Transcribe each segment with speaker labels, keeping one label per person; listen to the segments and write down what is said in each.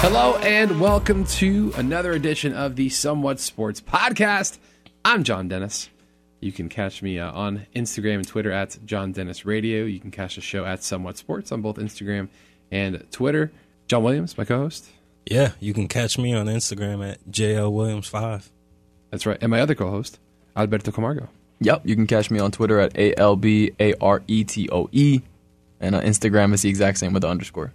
Speaker 1: Hello and welcome to another edition of the Somewhat Sports Podcast. I'm John Dennis. You can catch me uh, on Instagram and Twitter at John Dennis Radio. You can catch the show at Somewhat Sports on both Instagram and Twitter. John Williams, my co-host.
Speaker 2: Yeah, you can catch me on Instagram at JL Williams5.
Speaker 1: That's right, and my other co-host, Alberto Camargo.
Speaker 3: Yep, you can catch me on Twitter at A L B A R E T O E. And on Instagram, it's the exact same with the underscore.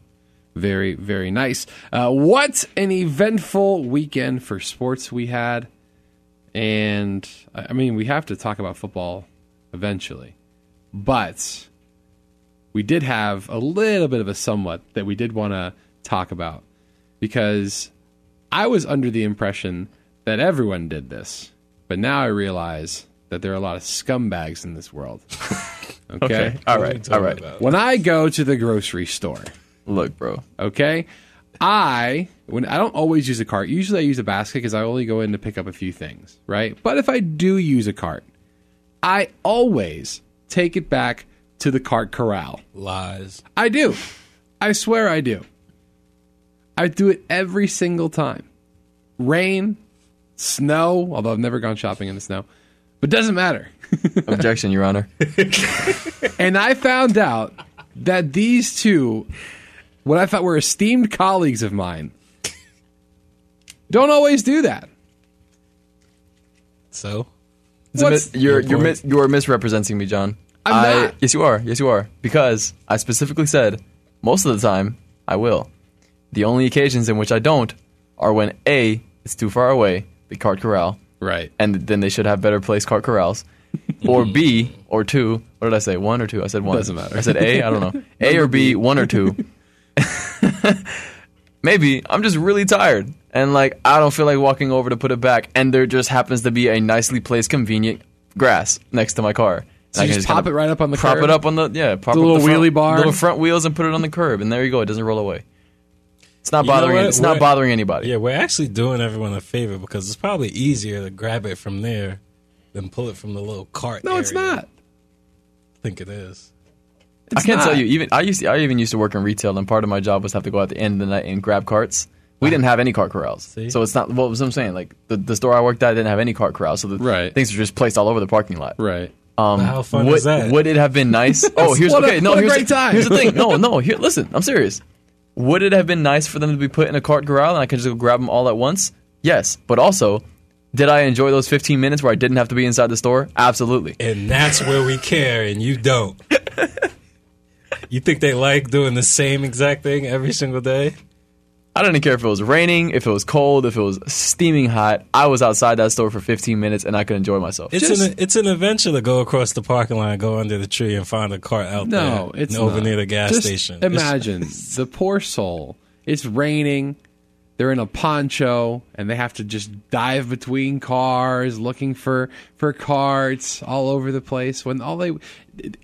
Speaker 1: Very, very nice. Uh, what an eventful weekend for sports we had. And I I mean, we have to talk about football eventually. But we did have a little bit of a somewhat that we did want to talk about because I was under the impression that everyone did this. But now I realize that there are a lot of scumbags in this world. okay.
Speaker 3: All right, all right.
Speaker 1: When I go to the grocery store,
Speaker 3: Look, bro.
Speaker 1: okay i when i don't always use a cart usually i use a basket because i only go in to pick up a few things right but if i do use a cart i always take it back to the cart corral
Speaker 2: Lies.
Speaker 1: i do i swear i do i do it every single time rain snow although i've never gone shopping in the snow but doesn't matter
Speaker 3: Objection, Your Honor.
Speaker 1: and I found out that these two, what I thought were esteemed colleagues of mine, don't always do that.
Speaker 2: So,
Speaker 1: What's-
Speaker 3: Mis- you're, you're,
Speaker 2: point.
Speaker 3: mis- you are misrepresenting me, John.
Speaker 1: I'm
Speaker 3: I-
Speaker 1: not.
Speaker 3: Yes, you are. Yes, you are. Because I specifically said, most of the time, I will. The only occasions in which I don't are when A, it's too far away, the cart corral,
Speaker 1: right.
Speaker 3: and then they should have better placed cart corrals. Or B or two. What did I say? One or two? I said one.
Speaker 1: Doesn't matter.
Speaker 3: I said A. I don't know. A or B. One or two. Maybe I'm just really tired and like I don't feel like walking over to put it back. And there just happens to be a nicely placed, convenient grass next to my car. So
Speaker 1: you just pop it right up on the
Speaker 3: prop
Speaker 1: curb?
Speaker 3: it up on the yeah prop
Speaker 1: The
Speaker 3: up
Speaker 1: little
Speaker 3: front-
Speaker 1: wheelie bar?
Speaker 3: little front wheels and put it on the curb and there you go. It doesn't roll away. It's not
Speaker 2: You know
Speaker 3: bothering.
Speaker 2: what?
Speaker 3: It's not
Speaker 2: We're-
Speaker 3: bothering anybody.
Speaker 2: yeah, we're actually doing everyone a favor because it's probably easier to grab it from there than pull it from the little cart.
Speaker 1: No, it's
Speaker 2: area.
Speaker 1: not.
Speaker 2: I think it is.
Speaker 3: I can't tell
Speaker 1: not.
Speaker 3: you. Even I used. To, I even used to work in retail, and part of my job was to have to go at the end of the night and grab carts. We didn't have any cart corrals, so it's not. What was I'm saying? Like the, the store I worked at didn't have any cart corrals, so the
Speaker 1: Right.
Speaker 3: things were just placed all over the parking lot.
Speaker 1: Right.
Speaker 3: Um,
Speaker 2: How fun
Speaker 3: would,
Speaker 2: is that?
Speaker 3: Would it have been nice? Oh, here's
Speaker 1: What a-
Speaker 3: okay. no,
Speaker 1: what a
Speaker 3: here's
Speaker 1: great time.
Speaker 3: here's the thing. No, no. Here, listen. I'm serious. Would it have been nice for them to be put in a cart corral and I could just go grab them all at once? Yes, but also, did I enjoy those 15 minutes where I didn't have to be inside the store? Absolutely.
Speaker 2: And that's where we care, and you don't. you think they like doing the same exact thing every single day?
Speaker 3: I didn't care if it was raining, if it was cold, if it was steaming hot. I was outside that store for 15 minutes and I could enjoy myself.
Speaker 2: It's
Speaker 3: Just-
Speaker 2: an it's an adventure to go across the parking lot, go under the tree, and find a cart out
Speaker 1: No,
Speaker 2: there,
Speaker 1: it's
Speaker 2: and over
Speaker 1: not.
Speaker 2: near the gas
Speaker 1: Just
Speaker 2: station. It's-
Speaker 1: Imagine the poor soul. It's raining. They're in a poncho and they have to just dive between cars looking for for carts all over the place. When all they,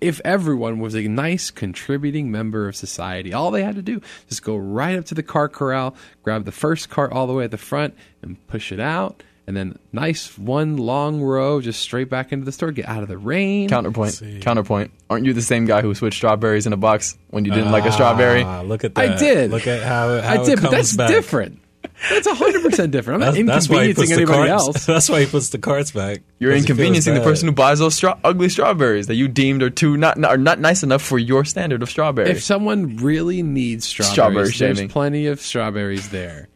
Speaker 1: if everyone was a nice contributing member of society, all they had to do just go right up to the car corral, grab the first cart all the way at the front, and push it out. And then nice one long row, just straight back into the store. Get out of the rain.
Speaker 3: counterpoint. Counterpoint. Aren't you the same guy who switched strawberries in a box when you didn't like a strawberry?
Speaker 2: Ah, look at
Speaker 1: I
Speaker 2: that.
Speaker 1: did.
Speaker 2: Look at how, it- how
Speaker 1: I
Speaker 2: it
Speaker 1: did, but
Speaker 2: comes
Speaker 1: that's
Speaker 2: back.
Speaker 1: different. That's hundred percent different. I'm not
Speaker 2: That's why he puts
Speaker 1: inconveniencing
Speaker 2: the
Speaker 1: anybody
Speaker 2: carts.
Speaker 1: else.
Speaker 2: That's why he puts the carts back.
Speaker 3: You're inconveniencing the person who buys those stra- ugly strawberries that you deemed are too not are not nice enough for your standard of
Speaker 1: If
Speaker 3: strawberries.
Speaker 1: someone really needs
Speaker 3: Strawberry
Speaker 1: strawberries,
Speaker 3: shaming.
Speaker 1: there's plenty of strawberries there. Oh,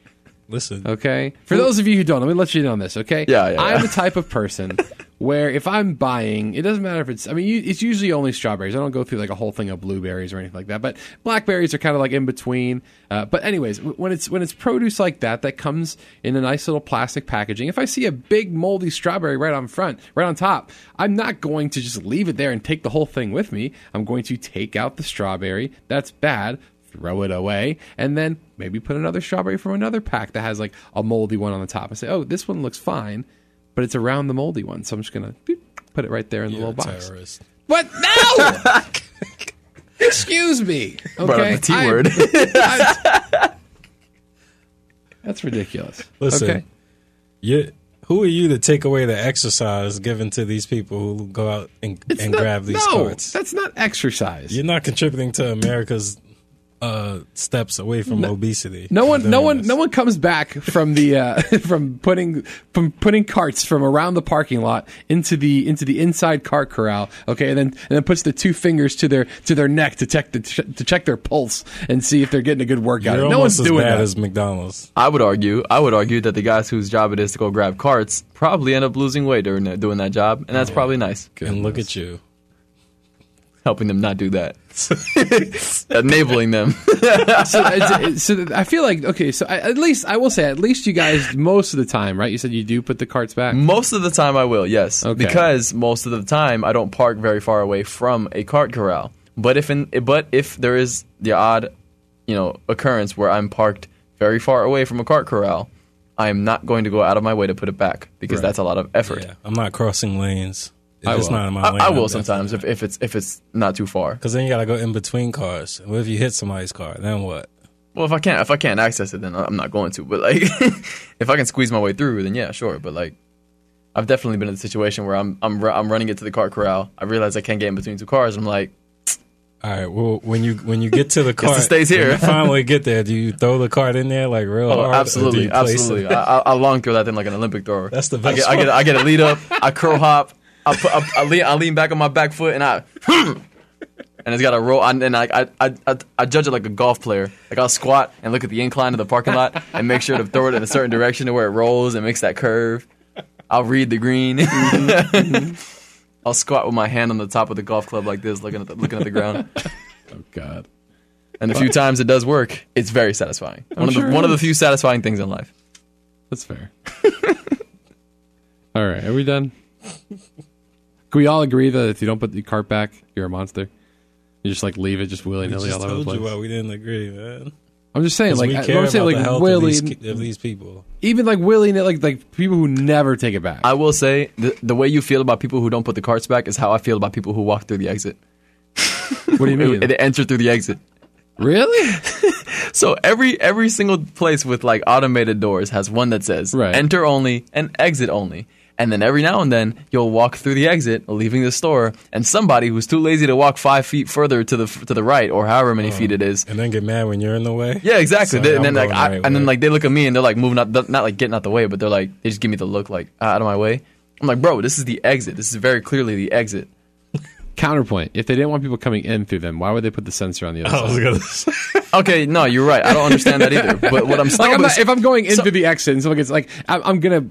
Speaker 2: Listen,
Speaker 1: Okay. For those of you who don't, let me let you in on this. Okay.
Speaker 3: Yeah, yeah,
Speaker 1: I'm
Speaker 3: yeah.
Speaker 1: the type of person where if I'm buying, it doesn't matter if it's. I mean, you, it's usually only strawberries. I don't go through like a whole thing of blueberries or anything like that. But blackberries are kind of like in between. Uh, but anyways, w- when it's when it's produce like that that comes in a nice little plastic packaging, if I see a big moldy strawberry right on front, right on top, I'm not going to just leave it there and take the whole thing with me. I'm going to take out the strawberry. That's bad throw it away, and then maybe put another strawberry from another pack that has like a moldy one on the top and say, oh, this one looks fine, but it's around the moldy one. So I'm just going to put it right there in the
Speaker 2: you're a
Speaker 1: little box.
Speaker 2: terrorist.
Speaker 1: But no! Excuse me. Okay.
Speaker 3: Brought up the T
Speaker 1: I-
Speaker 3: word.
Speaker 1: I- that's ridiculous.
Speaker 2: Listen,
Speaker 1: Okay.
Speaker 2: you who are you to take away the exercise given to these people who go out and, and
Speaker 1: Not-
Speaker 2: grab these
Speaker 1: no,
Speaker 2: carts?
Speaker 1: That's not exercise.
Speaker 2: You're not contributing to America's uh, steps away from obesity.
Speaker 1: No one,
Speaker 2: during
Speaker 1: no one,
Speaker 2: this.
Speaker 1: no one comes back from the uh, from putting from putting carts from around the parking lot into the into the inside cart corral. Okay, and then and then puts the two fingers to their to their neck to check the, to check their pulse and see if they're getting a good workout.
Speaker 2: You're
Speaker 1: no one's
Speaker 2: almost as
Speaker 1: doing
Speaker 2: bad
Speaker 1: that.
Speaker 2: as McDonald's.
Speaker 3: I would argue, I would argue that the guys whose job it is to go grab carts probably end up losing weight during that, doing that job, and that's probably nice,
Speaker 2: And look at you.
Speaker 3: helping them not do that, enabling them.
Speaker 1: so, uh, it's- so I feel like okay. So I, at least I will say at least you guys most of the time, right? You said you do put the carts back.
Speaker 3: Most of the time, I will, yes,
Speaker 1: Okay.
Speaker 3: because most of the time I don't park very far away from a cart corral. But if in, but if there is the odd, you know, occurrence where I'm parked very far away from a cart corral, I am not going to go out of my way to put it back because that's a lot of effort.
Speaker 2: Yeah, I'm not crossing lanes. If
Speaker 1: I
Speaker 2: it's
Speaker 1: will.
Speaker 2: not in my lane.
Speaker 3: I, I
Speaker 2: I'm
Speaker 3: will
Speaker 2: definitely-
Speaker 3: sometimes if, if it's if it's not too far.
Speaker 2: Cause then you gotta go in between cars. What if you hit somebody's car? Then what?
Speaker 3: Well, if I can't if I can't access it, then I'm not going to. But like, if I can squeeze my way through, then yeah, sure. But like, I've definitely been in a situation where I'm I'm ru- I'm running into the cart corral. I realize I can't get in between two cars. I'm like,
Speaker 2: All right. Well, when you when you get to the car,
Speaker 3: it stays here.
Speaker 2: When you finally get there. Do you throw the cart in there like real
Speaker 3: oh,
Speaker 2: hard? or do you
Speaker 3: absolutely,
Speaker 2: place it?
Speaker 3: absolutely. I, I, I long throw that thing like an Olympic thrower.
Speaker 2: That's the
Speaker 3: I
Speaker 2: best.
Speaker 3: get, I get I get a lead up. I curl hop. I put, I, I lean I lean back on my back foot and I. And it's got to roll, and then I, I, I, I- I judge it like a golf player. Like I'll squat and look at the incline of the parking lot and make sure to throw it in a certain direction to where it rolls and makes that curve. I'll read the green. I'll squat with my hand on the top of the golf club like this, looking at the, looking at the ground.
Speaker 1: Oh God.
Speaker 3: And a few times it does work. It's very satisfying. One of the
Speaker 1: sure it
Speaker 3: one of the
Speaker 1: is.
Speaker 3: few satisfying things in life.
Speaker 1: That's fair. all right, are we done? Can we all agree that if you don't put the cart back, you're a monster? You just like leave it just willy
Speaker 2: I
Speaker 1: nilly
Speaker 2: just
Speaker 1: all over the
Speaker 2: told
Speaker 1: place.
Speaker 2: you why we didn't agree, man.
Speaker 1: I'm just saying,
Speaker 2: 'Cause
Speaker 1: like
Speaker 2: we
Speaker 1: I-
Speaker 2: care
Speaker 1: I'm saying,
Speaker 2: about the
Speaker 1: like
Speaker 2: health of
Speaker 1: willy,
Speaker 2: these, ki- of these people.
Speaker 1: even like willy, nil- like like people who never take it back.
Speaker 3: I will say the, the way you feel about people who don't put the carts back is how I feel about people who walk through the exit.
Speaker 1: what do you mean?
Speaker 3: They they enter through the exit.
Speaker 1: really?
Speaker 3: So every every single place with like automated doors has one that says
Speaker 1: Right.
Speaker 3: enter only and exit only. And then every now and then you'll walk through the exit, leaving the store, and somebody who's too lazy to walk five feet further to the to the right or however
Speaker 1: Oh.
Speaker 3: many feet it is.
Speaker 2: And then get mad when you're in the way.
Speaker 3: Yeah, exactly.
Speaker 2: So
Speaker 3: They-
Speaker 2: I'm
Speaker 3: and then like
Speaker 2: going
Speaker 3: I,
Speaker 2: the right
Speaker 3: and then
Speaker 2: way.
Speaker 3: like they look at me and they're like moving out, th- not like getting out the way, but they're like they just give me the look like "Ah, out of my way. I'm like, bro, this is the exit. This is very clearly the exit.
Speaker 1: Counterpoint: If they didn't want people coming in through them, why would they put the sensor on the other
Speaker 2: I
Speaker 1: side?
Speaker 2: was gonna say.
Speaker 3: Okay, no, you're right. I don't understand that either. But what I'm saying
Speaker 1: Like I'm
Speaker 3: was,
Speaker 1: not, if I'm going in through the exit, and someone gets like, I'm, I'm gonna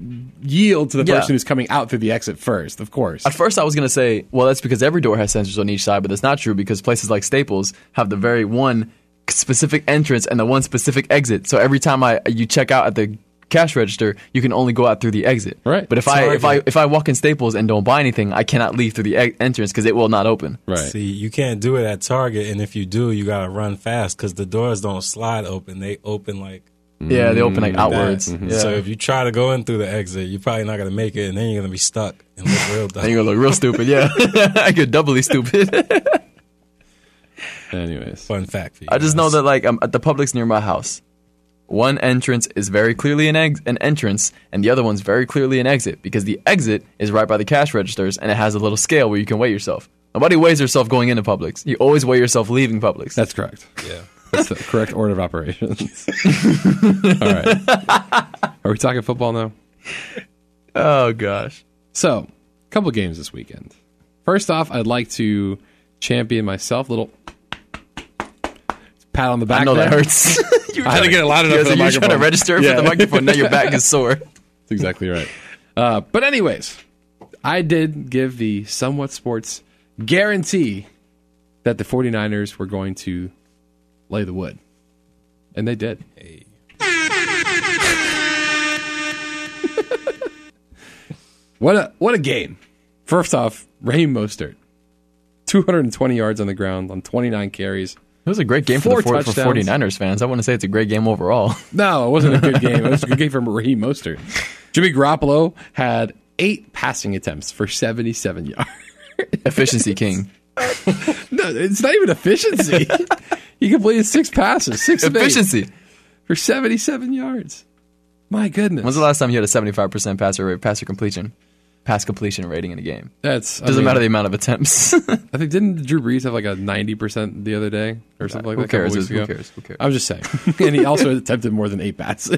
Speaker 1: yield to the
Speaker 3: Yeah.
Speaker 1: person who's coming out through the exit first, of course.
Speaker 3: at first I was gonna say, well, that's because every door has sensors on each side, but that's not true because places like Staples have the very one specific entrance and the one specific exit. So every time I you check out at the cash register, you can only go out through the exit.
Speaker 1: Right.
Speaker 3: But if I if I if I walk in Staples and don't buy anything, I cannot leave through the e- entrance because it will not open.
Speaker 1: right.
Speaker 2: See, you can't do it at Target, and if you do, you gotta run fast because the doors don't slide open; they open like
Speaker 3: Yeah, they open like
Speaker 2: that.
Speaker 3: outwards.
Speaker 1: Mm-hmm.
Speaker 3: Yeah.
Speaker 2: So if you try to go in through the exit, you're probably not gonna make it, and then you're gonna be stuck and look real dumb.
Speaker 3: and you're gonna look real stupid. Yeah, I get doubly stupid.
Speaker 1: Anyways,
Speaker 2: Fun fact for you.
Speaker 3: I just know
Speaker 2: guys.
Speaker 3: that like I'm at the Publix near my house. One entrance is very clearly an, ex- an entrance, and the other one's very clearly an exit because the exit is right by the cash registers and it has a little scale where you can weigh yourself. Nobody weighs yourself going into Publix. You always weigh yourself leaving Publix.
Speaker 1: that's correct.
Speaker 2: Yeah.
Speaker 1: That's the correct order of operations. All right. Are we talking football now?
Speaker 3: oh gosh.
Speaker 1: So, a couple games this weekend. First off, I'd like to champion myself. Little pat on the back.
Speaker 3: I know that
Speaker 1: there.
Speaker 3: hurts. you were
Speaker 1: had to get it loud enough
Speaker 3: yeah,
Speaker 1: for
Speaker 3: so
Speaker 1: the
Speaker 3: you were trying to
Speaker 1: microphone.
Speaker 3: register
Speaker 1: Yeah.
Speaker 3: for the microphone. Now your back is sore.
Speaker 1: That's exactly right. Uh, but anyways, I did give the somewhat sports guarantee that the 49ers were going to lay the wood. And they did. what a what a game. First off, Raheem Mostert. 220 yards on the ground on 29 carries.
Speaker 3: It was a great game
Speaker 1: Four
Speaker 3: for the four, for
Speaker 1: touchdowns.
Speaker 3: 49ers fans. I want to say it's a great game overall.
Speaker 1: No, it wasn't a good game. It was a good game for Raheem Mostert. Jimmy Garoppolo had eight passing attempts for 77 yards.
Speaker 3: Efficiency king.
Speaker 1: No, it's not even efficiency. he completed six passes, six of eight
Speaker 3: Efficiency.
Speaker 1: for 77 yards. My goodness.
Speaker 3: When's the last time you had a 75% passer rate, passer completion? pass completion rating in a game.
Speaker 1: That's I
Speaker 3: Doesn't
Speaker 1: mean,
Speaker 3: matter the amount of attempts.
Speaker 1: I think didn't Drew Brees have like a ninety percent the other day or something like
Speaker 3: who
Speaker 1: that? a couple
Speaker 3: cares?
Speaker 1: weeks
Speaker 3: Who
Speaker 1: ago?
Speaker 3: cares? Who cares?
Speaker 1: I'm just saying. and he also attempted more than eight bats. a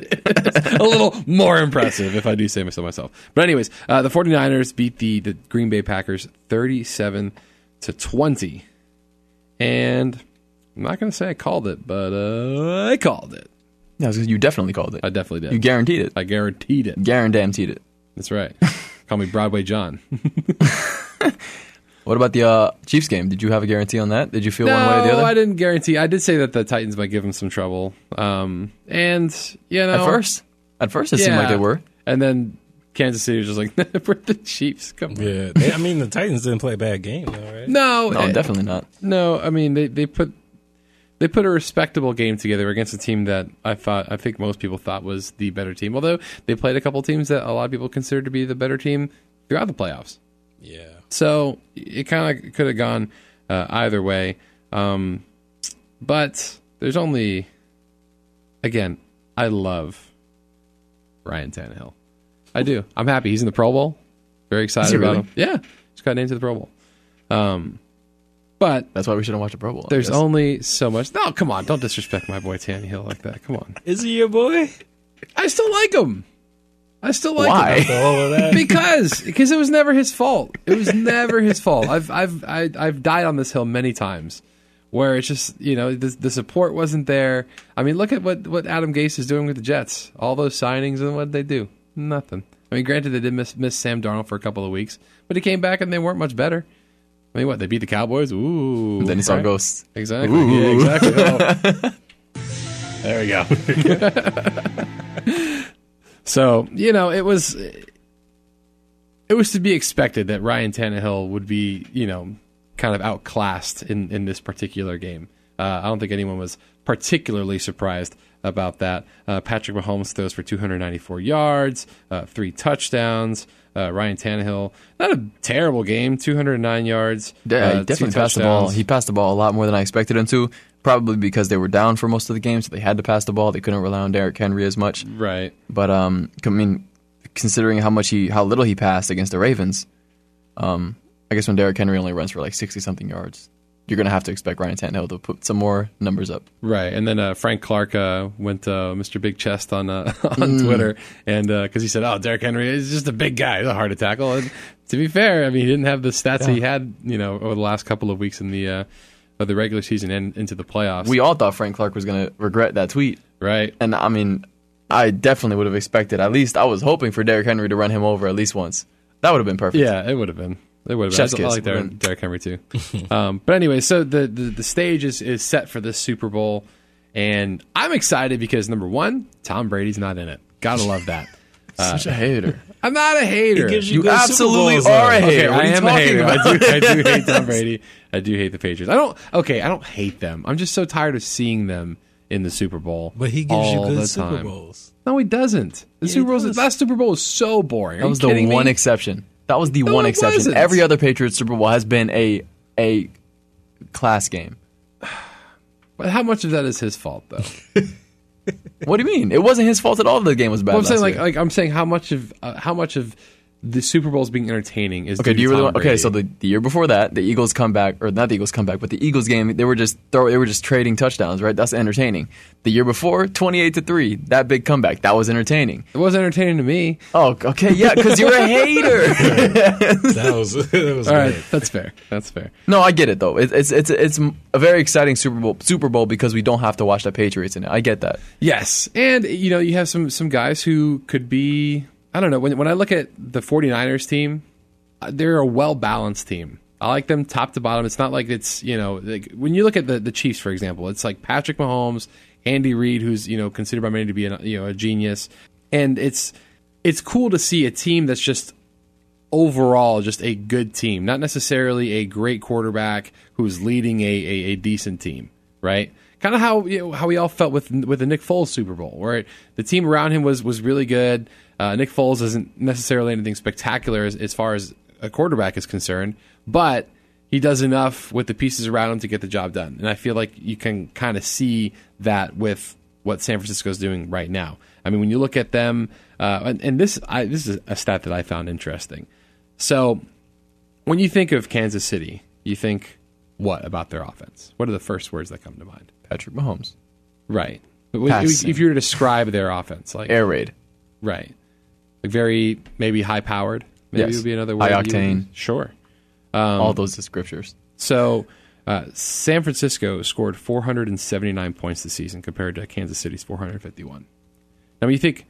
Speaker 1: little more impressive, if I do say so myself. But anyways, uh, the 49ers beat the, the Green Bay Packers 37 to 20. And I'm not going to say I called it, but uh, I called it.
Speaker 3: no, it's 'cause you definitely called it.
Speaker 1: I definitely did.
Speaker 3: you guaranteed it.
Speaker 1: I guaranteed it.
Speaker 3: Guaranteed it.
Speaker 1: That's right. Call me Broadway John.
Speaker 3: What about the uh, Chiefs game? Did you have a guarantee on that? Did you feel one way or the other?
Speaker 1: I didn't guarantee. I did say that the Titans might give him some trouble. Um, and, you know.
Speaker 3: At first, at first, it seemed like they were.
Speaker 1: And then Kansas City was just like, we're the Chiefs. Come on.
Speaker 2: Yeah, they, I mean the Titans didn't play a bad game, though, right?
Speaker 1: No,
Speaker 3: No,
Speaker 1: eh,
Speaker 3: definitely not.
Speaker 1: no. I mean, they, they put they put a respectable game together against a team that I thought I think most people thought was the better team. Although they played a couple teams that a lot of people consider to be the better team throughout the playoffs.
Speaker 2: Yeah,
Speaker 1: So it kind of could have gone uh, either way. Um, but there's only, again, I love Ryan Tannehill. I do. I'm happy. He's in the Pro Bowl. Very excited
Speaker 3: he
Speaker 1: about
Speaker 3: really?
Speaker 1: him. Yeah, he's got named to the Pro Bowl. Um, but
Speaker 3: That's why we shouldn't watch a Pro Bowl. I
Speaker 1: there's
Speaker 3: guess.
Speaker 1: only so much. No, come on. Don't disrespect my boy Tannehill like that. Come on.
Speaker 2: is he your boy?
Speaker 1: I still like him. I still like him.
Speaker 3: why.
Speaker 2: For all of that,
Speaker 1: because because it was never his fault. It was never his fault. I've I've I, I've died on this hill many times, where it's just you know the, the support wasn't there. I mean, look at what what Adam Gase is doing with the Jets. All those signings and what did they do? Nothing. I mean, granted they did miss miss Sam Darnold for a couple of weeks, but he came back and they weren't much better. I mean, what they beat the Cowboys? Ooh,
Speaker 3: Then he saw
Speaker 1: right?
Speaker 3: ghosts.
Speaker 1: Exactly. Yeah, exactly. Oh.
Speaker 2: there we go.
Speaker 1: So you know, it was it was to be expected that Ryan Tannehill would be you know kind of outclassed in in this particular game. Uh, I don't think anyone was particularly surprised about that. Uh, Patrick Mahomes throws for 294 yards, uh, three touchdowns. Uh, Ryan Tannehill, not a terrible game, 209 yards.
Speaker 3: Yeah,
Speaker 1: uh,
Speaker 3: he
Speaker 1: two
Speaker 3: definitely passed the ball.
Speaker 1: touchdowns.
Speaker 3: He passed the ball a lot more than I expected him to. Probably because they were down for most of the game, so they had to pass the ball. They couldn't rely on Derrick Henry as much.
Speaker 1: right.
Speaker 3: But um, I mean, considering how much he, how little he passed against the Ravens, um, I guess when Derrick Henry only runs for like sixty something yards, you're gonna have to expect Ryan Tannehill to put some more numbers up.
Speaker 1: Right, and then uh, Frank Clark uh, went uh, Mr. Big Chest on uh, on
Speaker 3: Mm.
Speaker 1: Twitter, and because he said, "Oh, Derrick Henry is just a big guy, he's hard to tackle." And to be fair, I mean, he didn't have the stats he had, you know, over the last couple of weeks in the uh, of the regular season and into the playoffs.
Speaker 3: We all thought Frank Clark was gonna regret that tweet,
Speaker 1: right,
Speaker 3: and I mean, I definitely would have expected. At least I was hoping for Derrick Henry to run him over at least once. That would have been perfect.
Speaker 1: yeah, it would have been. It would have
Speaker 3: Chef's
Speaker 1: been. I
Speaker 3: kiss.
Speaker 1: like
Speaker 3: Would've
Speaker 1: Derrick, Derrick Henry too. um, but anyway, so the, the the stage is is set for this Super Bowl, and I'm excited because number one, Tom Brady's not in it. Gotta love that. Uh,
Speaker 3: Such a hater.
Speaker 1: I'm not a hater.
Speaker 2: gives
Speaker 3: You
Speaker 2: good Super
Speaker 3: absolutely
Speaker 2: Bowls,
Speaker 3: are a
Speaker 2: though.
Speaker 1: Okay,
Speaker 3: hater. What
Speaker 1: I
Speaker 3: are you
Speaker 1: am a
Speaker 3: talking
Speaker 1: hater.
Speaker 3: about?
Speaker 1: I do, I do hate Tom Brady. I do hate the Patriots. I don't. Okay, I don't hate them. I'm just so tired of seeing them in the Super Bowl.
Speaker 2: But he gives you
Speaker 1: all the
Speaker 2: good Super
Speaker 1: time.
Speaker 2: Bowls.
Speaker 1: No, he doesn't. The
Speaker 2: he
Speaker 1: Super Bowl.
Speaker 2: does.
Speaker 1: Last Super Bowl was so boring. Are
Speaker 3: That
Speaker 1: you
Speaker 3: was the
Speaker 1: kidding me?
Speaker 3: one exception. That was the one
Speaker 1: it
Speaker 3: exception.
Speaker 1: wasn't.
Speaker 3: Every other Patriots Super Bowl has been a a class game.
Speaker 1: But how much of that is his fault, though?
Speaker 3: What do you mean? It wasn't his fault at all. that The game was bad.
Speaker 1: Well, I'm saying,
Speaker 3: last
Speaker 1: like,
Speaker 3: year.
Speaker 1: like I'm saying, how much of uh, how much of the Super Bowls being entertaining is
Speaker 3: okay,
Speaker 1: Due
Speaker 3: do you
Speaker 1: to
Speaker 3: really
Speaker 1: Tom
Speaker 3: want? Okay,
Speaker 1: Brady?
Speaker 3: so the, the year before that, the Eagles come back, or not the Eagles come back, but the Eagles game, they were just throw, they were just trading touchdowns, right? That's entertaining. The year before, twenty eight to three, that big comeback, that was entertaining.
Speaker 1: it was entertaining to me.
Speaker 3: Oh, okay, yeah, because you're a hater.
Speaker 2: That was that was
Speaker 1: All
Speaker 2: good.
Speaker 1: right, that's fair. That's fair.
Speaker 3: no, I get it though. It, it's it's it's a very exciting Super Bowl Super Bowl because we don't have to watch the Patriots in it. I get that.
Speaker 1: Yes. And you know, you have some some guys who could be I don't know, when when I look at the 49ers team, uh, they're a well-balanced team. I like them top to bottom. It's not like it's, you know, like when you look at the the Chiefs for example, it's like Patrick Mahomes, Andy Reid who's, you know, considered by many to be an, you know, a genius. And it's it's cool to see a team that's just overall just a good team, not necessarily a great quarterback who's leading a, a, a decent team, right? Kind of how you know, how we all felt with with the Nick Foles Super Bowl, where the team around him was was really good. Uh, Nick Foles isn't necessarily anything spectacular as, as far as a quarterback is concerned, but he does enough with the pieces around him to get the job done. And I feel like you can kind of see that with what San Francisco's doing right now. I mean, when you look at them, uh, and, and this I, this is a stat that I found interesting. So when you think of Kansas City, you think what about their offense? What are the first words that come to mind?
Speaker 3: Patrick Mahomes.
Speaker 1: Right. But when-
Speaker 3: Passing.
Speaker 1: if you were to describe their offense, like
Speaker 3: Air raid.
Speaker 1: Right. Like very maybe high powered. Maybe
Speaker 3: Yes.
Speaker 1: would be another word.
Speaker 3: High
Speaker 1: you would
Speaker 3: octane.
Speaker 1: use. Sure.
Speaker 3: all those descriptors.
Speaker 1: So uh, San Francisco scored 479 points this season compared to Kansas City's 451. Now, when you think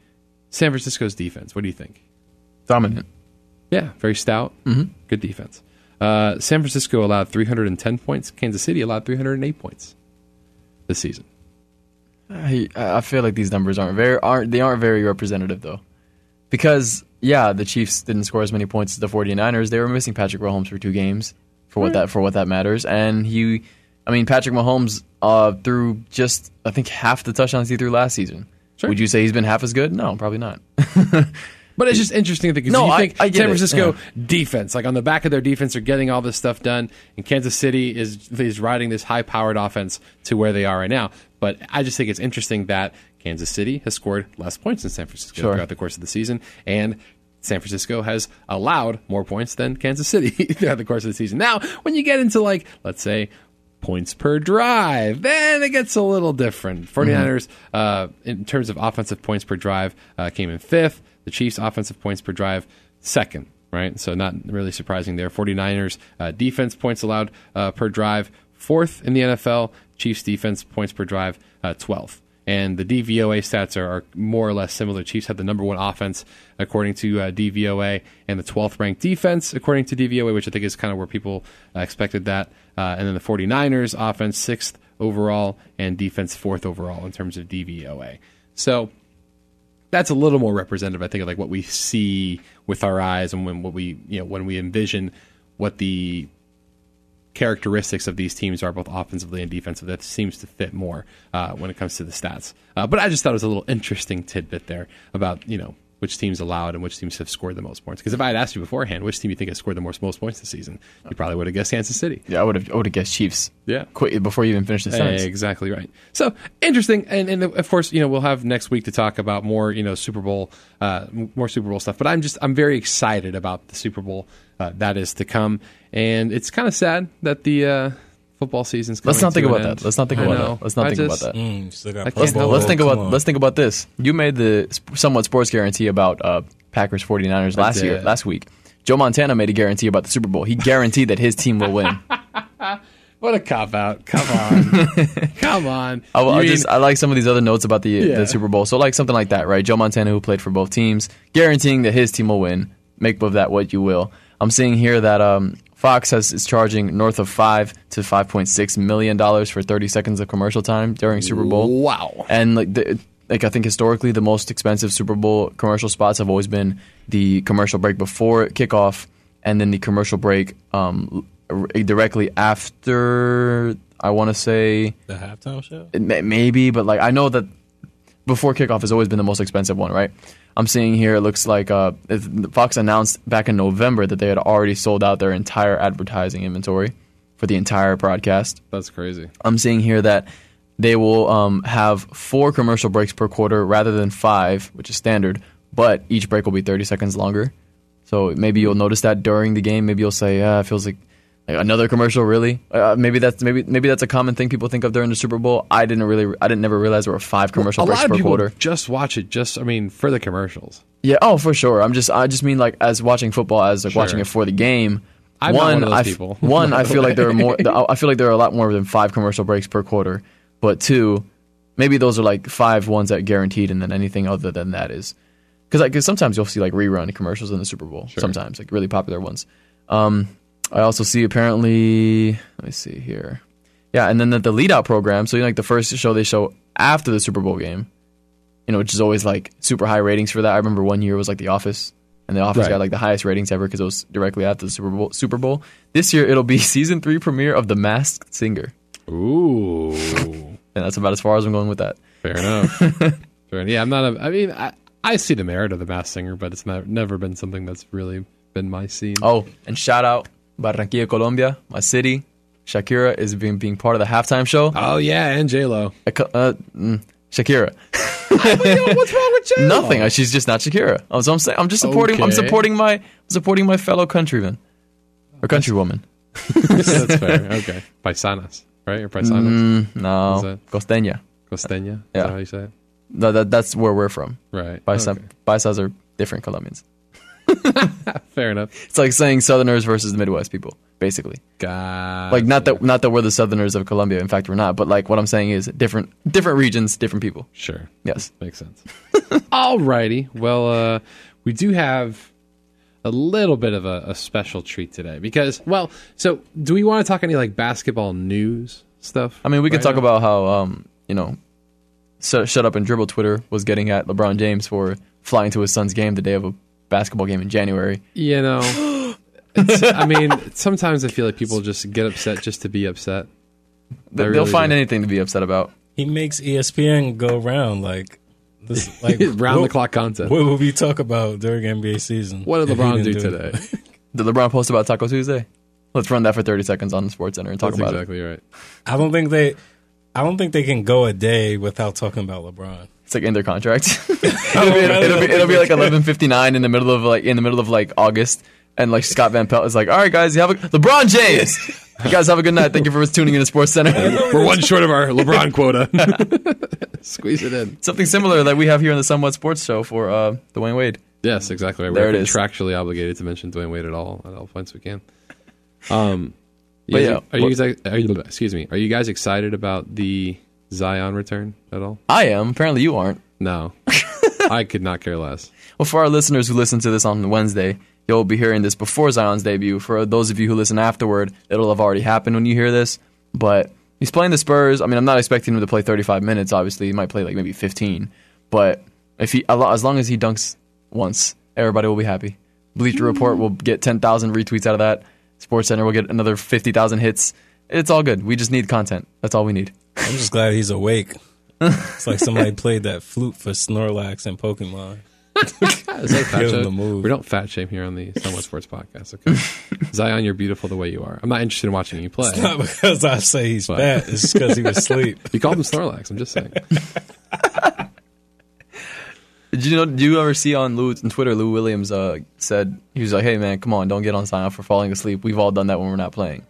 Speaker 1: San Francisco's defense, what do you think?
Speaker 3: Dominant.
Speaker 1: Yeah, very stout, mm-hmm. good defense. Uh, San Francisco allowed 310 points. Kansas City allowed 308 points this season.
Speaker 3: I I feel like these numbers aren't very aren't they aren't very representative though. Because yeah, the Chiefs didn't score as many points as the 49ers. They were missing Patrick Mahomes for two games for what that for what that matters. And he I mean Patrick Mahomes uh threw just I think half the touchdowns he threw last season.
Speaker 1: Sure.
Speaker 3: Would you say he's been half as good? No, probably not.
Speaker 1: But it's just interesting because
Speaker 3: No,
Speaker 1: you
Speaker 3: I-
Speaker 1: think
Speaker 3: I get
Speaker 1: San
Speaker 3: it,
Speaker 1: Francisco defense, like on the back of their defense, are getting all this stuff done, and Kansas City is is riding this high powered offense to where they are right now. But I just think it's interesting that Kansas City has scored less points than San Francisco
Speaker 3: Sure.
Speaker 1: throughout the course of the season, and San Francisco has allowed more points than Kansas City throughout the course of the season. Now, when you get into like, let's say, points per drive, then it gets a little different. 49ers, uh, in terms of offensive points per drive, uh, came in fifth. The Chiefs' offensive points per drive, second, right? So not really surprising there. 49ers, uh, defense points allowed uh, per drive, fourth in the NFL. Chiefs' defense points per drive, uh, 12th. And the DVOA stats are, are more or less similar. Chiefs had the number one offense according to uh, DVOA, and the 12th ranked defense according to DVOA, which I think is kind of where people uh, expected that. Uh, and then the 49ers offense sixth overall and defense fourth overall in terms of DVOA. So that's a little more representative, I think, of like what we see with our eyes and when what we you know when we envision what the characteristics of these teams are both offensively and defensively. That seems to fit more uh, when it comes to the stats. Uh, but I just thought it was a little interesting tidbit there about you know which teams allowed and which teams have scored the most points. Because if I had asked you beforehand which team you think has scored the most most points this season, you probably would have guessed Kansas City.
Speaker 3: Yeah, I would have I would have guessed Chiefs.
Speaker 1: Yeah.
Speaker 3: Quick before you even finish the sentence.
Speaker 1: Yeah, exactly right. So interesting, and, and of course, you know, we'll have next week to talk about more, you know, Super Bowl, uh, m- more Super Bowl stuff. But I'm just, I'm very excited about the Super Bowl uh, that is to come, and it's kind of sad that the uh, football season's. Coming
Speaker 3: Let's not think
Speaker 1: to an
Speaker 3: about
Speaker 1: end.
Speaker 3: that. Let's not think
Speaker 1: I
Speaker 3: about
Speaker 1: know.
Speaker 3: that. Let's not
Speaker 1: I
Speaker 3: think
Speaker 1: just-
Speaker 3: about that.
Speaker 2: Mm, still got
Speaker 1: I can't
Speaker 2: Pro
Speaker 1: help
Speaker 2: Bowl.
Speaker 1: it.
Speaker 3: let's think
Speaker 2: Come
Speaker 3: about
Speaker 2: on.
Speaker 3: let's think about this. You made the sp- somewhat sports guarantee about uh, Packers 49ers last year
Speaker 1: did.
Speaker 3: last week. Joe Montana made a guarantee about the Super Bowl. He guaranteed that his team will win.
Speaker 1: What a cop out! Come on, come on.
Speaker 3: I, I
Speaker 1: You
Speaker 3: just
Speaker 1: mean-
Speaker 3: I like some of these other notes about the,
Speaker 1: Yeah.
Speaker 3: the Super Bowl. So like something like that, right? Joe Montana who played for both teams, guaranteeing that his team will win. Make of that what you will. I'm seeing here that um, Fox has is charging north of five to five point six million dollars for 30 seconds of commercial time during Super Bowl.
Speaker 1: wow.
Speaker 3: And like the, like I think historically the most expensive Super Bowl commercial spots have always been the commercial break before kickoff and then the commercial break um, r- directly after I want to say
Speaker 2: the halftime show.
Speaker 3: it may- maybe but like I know that before kickoff has always been the most expensive one, right? I'm seeing here it looks like uh, if- Fox announced back in November that they had already sold out their entire advertising inventory for the entire broadcast.
Speaker 1: That's crazy.
Speaker 3: I'm seeing here that they will um, have four commercial breaks per quarter rather than five, which is standard, but each break will be 30 seconds longer. So maybe you'll notice that during the game. Maybe you'll say, "Yeah, it feels like like another commercial." Really, uh, maybe that's maybe maybe that's a common thing people think of during the Super Bowl. I didn't really, I didn't never realize there were five commercial
Speaker 1: A
Speaker 3: breaks
Speaker 1: lot of
Speaker 3: per
Speaker 1: people
Speaker 3: quarter.
Speaker 1: just watch it. Just, I mean, for the commercials.
Speaker 3: Yeah, oh for sure. I'm just I just mean like as watching football as like watching it for the game.
Speaker 1: I'm not one of those
Speaker 3: I f-
Speaker 1: people.
Speaker 3: one, I feel like there are more. I feel like there are a lot more than five commercial breaks per quarter. But two, maybe those are like five ones that guaranteed, and then anything other than that is because like 'cause sometimes you'll see like rerun commercials in the Super Bowl. Sometimes like really popular ones. Um, I also see apparently. Let me see here. Yeah, and then the, the lead out program. So you know, like the first show they show after the Super Bowl game you know, which is always like super high ratings for that. I remember one year it was like The Office, and The Office
Speaker 1: Right.
Speaker 3: got like the highest ratings ever because it was directly after the Super Bowl. Super Bowl. This year it'll be season three premiere of The Masked Singer,
Speaker 1: Ooh,
Speaker 3: and that's about as far as I'm going with that.
Speaker 1: fair enough. fair enough. Yeah, I'm not. A, I mean, I, I see the merit of the Masked Singer, but it's not, never been something that's really been my scene.
Speaker 3: Oh, and shout out Barranquilla, Colombia, my city. Shakira
Speaker 1: Ah.
Speaker 3: is being being part of the halftime show.
Speaker 1: Oh yeah, and J Lo.
Speaker 3: Uh, uh, mm, Shakira.
Speaker 1: Yo, Oh, what's wrong with J
Speaker 3: Nothing. I, she's just not Shakira. That's what I'm saying. I'm just supporting. I'm
Speaker 1: Oh. Okay.
Speaker 3: supporting my I'm supporting my fellow countrymen or countrywoman.
Speaker 1: That's fair. Okay. Paisanas, right? Or paisanas? Is
Speaker 3: No,
Speaker 1: that-
Speaker 3: Costeña.
Speaker 1: Costeña? Is
Speaker 3: Mm. Yeah.
Speaker 1: that how you say it?
Speaker 3: No, that, that's where we're from.
Speaker 1: Right. Oh,
Speaker 3: Paisa,
Speaker 1: Okay.
Speaker 3: Paisas are different Colombians.
Speaker 1: Fair enough.
Speaker 3: It's like saying Southerners versus the Midwest people, basically.
Speaker 1: Got
Speaker 3: Like not that not that we're the Southerners of Colombia. In fact, we're not. But like what I'm saying is different different regions, different people.
Speaker 1: Sure.
Speaker 3: Yes.
Speaker 1: Makes sense. Alrighty. Well, uh, we do have a little bit of a, a special treat today because, well, so do we want to talk any like basketball news stuff?
Speaker 3: I mean, we could
Speaker 1: right
Speaker 3: talk
Speaker 1: now?
Speaker 3: about how um you know, so, shut up and dribble. Twitter was getting at LeBron James for flying to his son's game the day of a basketball game in January.
Speaker 1: you know. It's, I mean, sometimes I feel like people just get upset just to be upset.
Speaker 3: They,
Speaker 1: I
Speaker 3: they'll
Speaker 1: really
Speaker 3: find
Speaker 1: do.
Speaker 3: anything to be upset about.
Speaker 2: He makes E ESPN go round like this. Like
Speaker 1: Round the
Speaker 2: what-
Speaker 1: clock content.
Speaker 2: What will we talk about during NBA season?
Speaker 1: What did
Speaker 2: If he
Speaker 1: LeBron
Speaker 2: didn't
Speaker 1: do
Speaker 2: it?
Speaker 1: today?
Speaker 3: Did LeBron post about Taco Tuesday? Let's run that for 30 seconds on Sports Center and talk
Speaker 1: That's
Speaker 3: about
Speaker 1: exactly right.
Speaker 2: I don't think they. I don't think they can go a day without talking about LeBron.
Speaker 3: it. It's like in their contract.
Speaker 2: I
Speaker 3: it'll, be,
Speaker 2: really
Speaker 3: it'll,
Speaker 2: don't
Speaker 3: be,
Speaker 2: think
Speaker 3: it'll be
Speaker 2: they
Speaker 3: like
Speaker 2: can.
Speaker 3: 11:59 in the middle of like in the middle of like August, and like Scott Van Pelt is like, "All right, guys, you have a LeBron James. you guys have a good night. Thank you for tuning in to Sports Center."
Speaker 1: We're one short of our LeBron quota. Squeeze it in.
Speaker 3: Something similar that we have here on the Somewhat Sports Show for uh, Dwayne Wade.
Speaker 1: Yes, exactly. Right.
Speaker 3: There
Speaker 1: We're
Speaker 3: it is.
Speaker 1: contractually obligated to mention Dwayne Wade at all at all points we can. Um,
Speaker 3: Um, But
Speaker 1: you-
Speaker 3: yeah,
Speaker 1: are you
Speaker 3: what-
Speaker 1: guys? Are you, excuse me. Are you guys excited about the Zion return at all?
Speaker 3: I am. Apparently, you aren't.
Speaker 1: No, I could not care less.
Speaker 3: Well, for our listeners who listen to this on Wednesday, you'll be hearing this before Zion's debut. For those of you who listen afterward, it'll have already happened when you hear this. But he's playing the Spurs. I mean, I'm not expecting him to play 35 minutes. Obviously, he might play like maybe 15. But if he, a lo- as long as he dunks once, everybody will be happy. Bleacher Report will get 10,000 retweets out of that. Sports Center will get another 50,000 hits. It's all good. We just need content. That's all we need.
Speaker 2: I'm just glad he's awake. It's like somebody played that flute for Snorlax and Pokemon.
Speaker 1: Is that a fat
Speaker 2: Give him
Speaker 1: joke?
Speaker 2: the move.
Speaker 1: We don't fat shame here on the Somewhat Sports Podcast. Okay, Zion, you're beautiful the way you are. I'm not interested in watching you play.
Speaker 2: Not because I say he's fat, it's because he was asleep.
Speaker 1: You called him Snorlax. I'm just saying.
Speaker 3: Did you know? Do you ever see on Lou on Twitter? Lou Williams uh, said he was like, "Hey man, come on, don't get on Zion for falling asleep. We've all done that when we're not playing."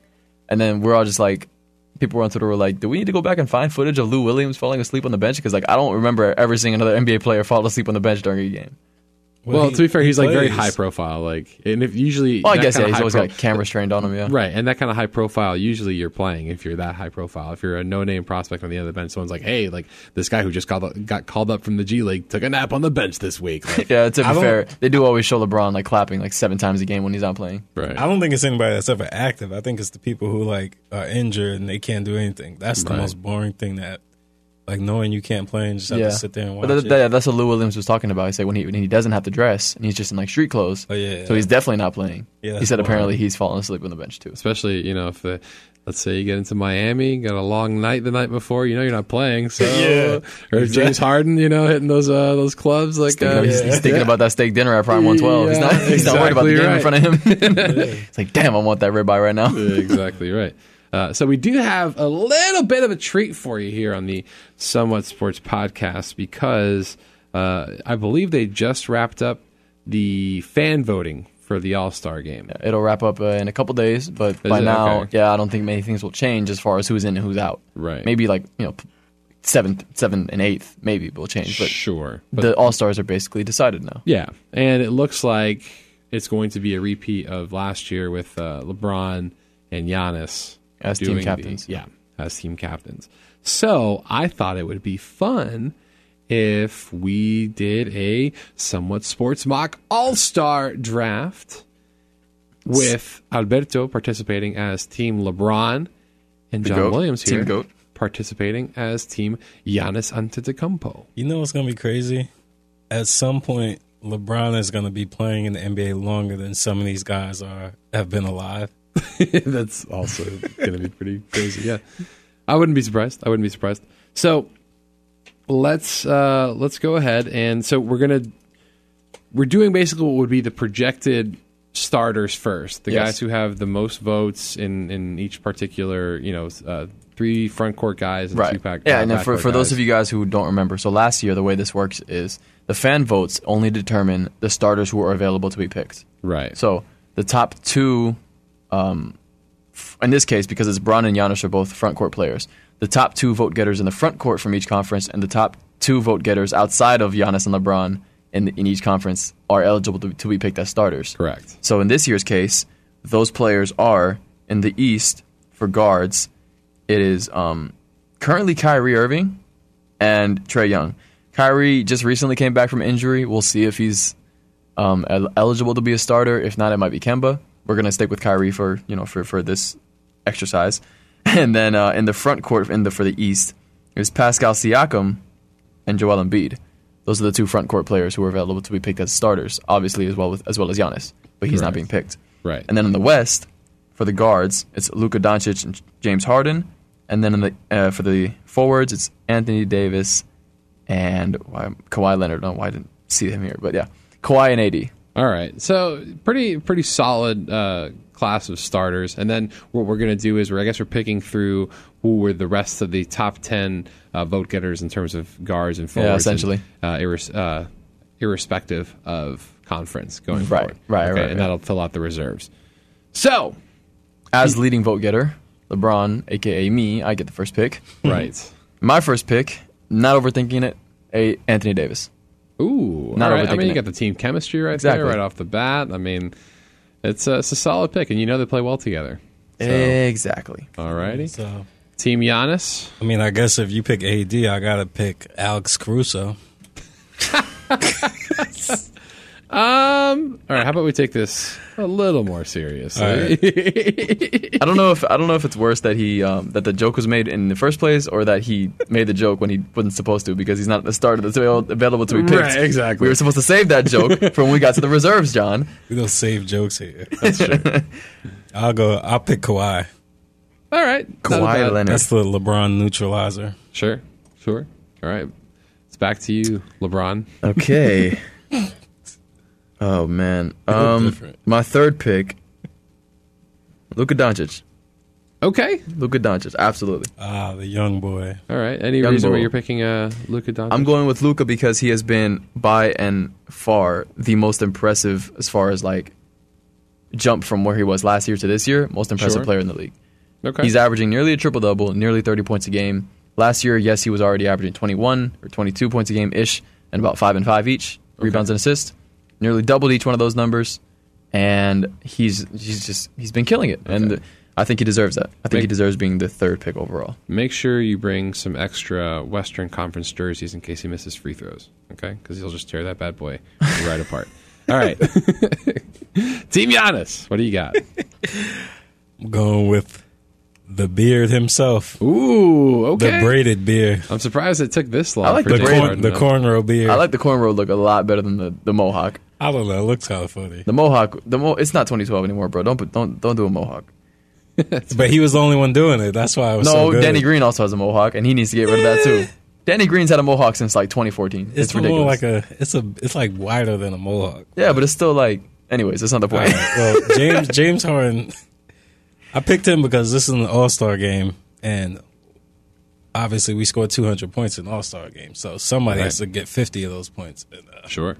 Speaker 3: And then we're all just like, people were on Twitter were like, "Do we need to go back and find footage of Lou Williams falling asleep on the bench? Because like I don't remember ever seeing another NBA player fall asleep on the bench during a game.
Speaker 1: Well,
Speaker 2: he-
Speaker 1: to be fair,
Speaker 2: he
Speaker 1: he's like very
Speaker 2: plays.
Speaker 1: high profile. Like, and if usually,
Speaker 3: Well, I
Speaker 1: that
Speaker 3: guess yeah,
Speaker 1: kinda
Speaker 3: he's
Speaker 1: high
Speaker 3: always
Speaker 1: pro-
Speaker 3: got cameras trained on him. Yeah,
Speaker 1: Right, and that kind of high profile, usually you're playing if you're that high profile. If you're a no name prospect on the end of the bench, someone's like, "Hey, like this guy who just got got called up from the G League took a nap on the bench this week." Like,
Speaker 3: yeah. To be
Speaker 2: don't-
Speaker 3: fair, they do always show LeBron like clapping like seven times a game when he's not playing.
Speaker 1: right.
Speaker 2: I don't think it's anybody that's ever active. I think it's the people who like are injured and they can't do anything. That's the
Speaker 1: Right.
Speaker 2: most boring thing that, like knowing you can't play and just have
Speaker 3: yeah,
Speaker 2: to sit there and watch
Speaker 3: but that,
Speaker 2: it.
Speaker 3: that- that's what Lou Williams was talking about. He said when he when he doesn't have to dress and he's just in like street clothes.
Speaker 2: Oh, yeah, yeah.
Speaker 3: so he's definitely not playing.
Speaker 2: Yeah,
Speaker 3: he
Speaker 2: that's
Speaker 3: said
Speaker 2: wild.
Speaker 3: apparently he's falling asleep on the bench too.
Speaker 1: Especially you know if the let's say you get into Miami, got a long night the night before, you know you're not playing. So
Speaker 2: Yeah,
Speaker 1: or if James Harden, you know hitting those uh, those clubs like
Speaker 3: You know,
Speaker 1: uh,
Speaker 3: he's, he's thinking about that steak dinner at Prime 112. he's not,
Speaker 1: Yeah,
Speaker 3: he's not worried about the game in
Speaker 1: exactly
Speaker 3: front of him. it's like, damn, I want that ribeye right now.
Speaker 1: Yeah, exactly right. Uh, so we do have a little bit of a treat for you here on the Somewhat Sports Podcast because uh, I believe they just wrapped up the fan voting for the All Star Game.
Speaker 3: It'll wrap up uh, in a couple days, but by
Speaker 1: it?
Speaker 3: now,
Speaker 1: Okay.
Speaker 3: yeah, I don't think many things will change as far as who's in and who's out.
Speaker 1: Right.
Speaker 3: Maybe like you know, p- seventh, seven and eighth maybe will change, but
Speaker 1: sure, but
Speaker 3: the all stars are basically decided now.
Speaker 1: yeah, and it looks like it's going to be a repeat of last year with uh, LeBron and Giannis
Speaker 3: As team
Speaker 1: doing the-
Speaker 3: captains.
Speaker 1: yeah, as team captains. So I thought it would be fun if we did a somewhat sports mock all star draft with Alberto participating as Team LeBron and John
Speaker 3: GOAT.
Speaker 1: Williams
Speaker 3: Team
Speaker 1: here
Speaker 3: GOAT.
Speaker 1: participating as Team Giannis Antetokounmpo.
Speaker 2: You know what's gonna be crazy? At some point, LeBron is gonna be playing in the NBA longer than some of these guys are have been alive.
Speaker 1: That's also going to be pretty crazy. Yeah, I wouldn't be surprised. I wouldn't be surprised. So let's uh, let's go ahead and so we're gonna we're doing basically what would be the projected starters first, the
Speaker 3: Yes.
Speaker 1: guys who have the most votes in in each particular you know uh, three front court guys and
Speaker 3: Right.
Speaker 1: two pack.
Speaker 3: yeah,
Speaker 1: uh,
Speaker 3: and then for,
Speaker 1: backcourt
Speaker 3: for those
Speaker 1: guys.
Speaker 3: of you guys who don't remember, so last year the way this works is the fan votes only determine the starters who are available to be picked.
Speaker 1: right?
Speaker 3: So the top two, um, f- in this case, because it's Braun and Giannis are both front court players, the top two vote getters in the front court from each conference and the top two vote getters outside of Giannis and LeBron in, in each conference are eligible to, to be picked as starters.
Speaker 1: Correct.
Speaker 3: So in this year's case, those players are in the East for guards. It is um, currently Kyrie Irving and Trey Young. Kyrie just recently came back from injury. We'll see if he's um, el- eligible to be a starter. If not, it might be Kemba. We're gonna stick with Kyrie for you know for, for this exercise. And then uh, in the front court in the for the East is Pascal Siakam and Joel Embiid. Those are the two front court players who are available to be picked as starters, obviously as well with, as well as Giannis, but he's not
Speaker 1: Correct.
Speaker 3: being picked.
Speaker 1: Right.
Speaker 3: And then in the West, for the guards, it's Luka Doncic and James Harden, and then in the uh, for the forwards, it's Anthony Davis and why, Kawhi Leonard. No, why didn't see him here? But yeah, Kawhi and AD.
Speaker 1: All right. So pretty pretty solid uh, class of starters. And then what we're going to do is we're I guess we're picking through who were the rest of the top ten uh, vote getters in terms of guards and forwards. and,
Speaker 3: essentially.
Speaker 1: uh, irres- uh, irrespective of conference going forward.
Speaker 3: right,
Speaker 1: Okay,
Speaker 3: right,
Speaker 1: And
Speaker 3: right.
Speaker 1: that'll fill out the reserves. So
Speaker 3: As leading vote getter, LeBron, aka me, I get the first pick.
Speaker 1: right.
Speaker 3: My first pick, not overthinking it, a Anthony Davis.
Speaker 1: Ooh,
Speaker 3: hmm. Not
Speaker 1: all right. I
Speaker 3: overthinking
Speaker 1: mean, you
Speaker 3: it.
Speaker 1: got the team chemistry right
Speaker 3: Exactly.
Speaker 1: there, right off the bat. I mean, it's a, it's a solid pick, and you know they play well together. So,
Speaker 3: Exactly.
Speaker 1: all righty,
Speaker 2: So,
Speaker 1: team Giannis.
Speaker 2: I mean, I guess if you pick AD, I gotta pick Alex Caruso.
Speaker 1: Um. All right. How about we take this a little more serious?
Speaker 2: All
Speaker 3: I don't know if I don't know if it's worse that he um, that the joke was made in the first place or that he made the joke when he wasn't supposed to because he's not the starter that's avail- available to be picked.
Speaker 1: Right, exactly.
Speaker 3: We were supposed to save that joke for when we got to the reserves, John.
Speaker 2: We don't save jokes here. That's true. I'll go. I'll pick Kawhi.
Speaker 1: All right. not a
Speaker 3: Kawhi
Speaker 1: bad-
Speaker 3: Leonard.
Speaker 2: That's the LeBron neutralizer.
Speaker 1: Sure. Sure. All right. It's back to you, LeBron.
Speaker 3: Okay. oh man. Um,
Speaker 2: different.
Speaker 3: my third pick, Luka Doncic.
Speaker 1: Okay.
Speaker 3: Luka Doncic, absolutely.
Speaker 2: Ah, the young boy.
Speaker 1: All right. Any
Speaker 3: Young
Speaker 1: reason
Speaker 3: bull.
Speaker 1: why you're picking uh, Luka Doncic?
Speaker 3: I'm going with Luca because he has been by and far the most impressive as far as like jump from where he was last year to this year, most impressive
Speaker 1: Sure.
Speaker 3: player in the league.
Speaker 1: okay.
Speaker 3: He's averaging nearly a triple double, nearly 30 points a game. Last year, yes, he was already averaging 21 or 22 points a game ish, and about five and five each rebounds and assists. Nearly doubled each one of those numbers, and he's he's just he's been killing it, and I think he deserves that. I think he
Speaker 1: Make-
Speaker 3: deserves being the third pick overall.
Speaker 1: Make sure you bring some extra Western Conference jerseys in case he misses free throws. Okay, because he'll just tear that bad boy right apart. All right. team Giannis. What do you got?
Speaker 2: I'm going with the beard himself.
Speaker 1: Ooh. Okay.
Speaker 2: The braided beard.
Speaker 1: I'm surprised it took this long.
Speaker 3: I like
Speaker 1: for
Speaker 2: The,
Speaker 1: James
Speaker 3: braided-
Speaker 2: corn,
Speaker 1: Harden,
Speaker 2: the
Speaker 1: though.
Speaker 2: cornrow beard.
Speaker 3: I like the cornrow look a lot better than the, the mohawk.
Speaker 2: I don't know. It looks kind of funny.
Speaker 3: The mohawk, the mo- it's not 2012 anymore, bro. Don't put, don't don't do a mohawk.
Speaker 2: But he was the only one doing it. That's why I was so
Speaker 3: No,
Speaker 2: good.
Speaker 3: Danny Green also has a mohawk, and he needs to get rid of that too. Danny Green's had a mohawk since like 2014. It's,
Speaker 2: It's, more
Speaker 3: ridiculous.
Speaker 2: like a. It's a. It's like wider than a mohawk.
Speaker 3: yeah, but it's still like. Anyways, that's not the
Speaker 2: All
Speaker 3: point.
Speaker 2: right, well, James James Harden. I picked him because this is an All Star game, and obviously we scored 200 points in All Star game. So somebody
Speaker 1: Right.
Speaker 2: has to get 50 of those points. And, uh,
Speaker 1: Sure.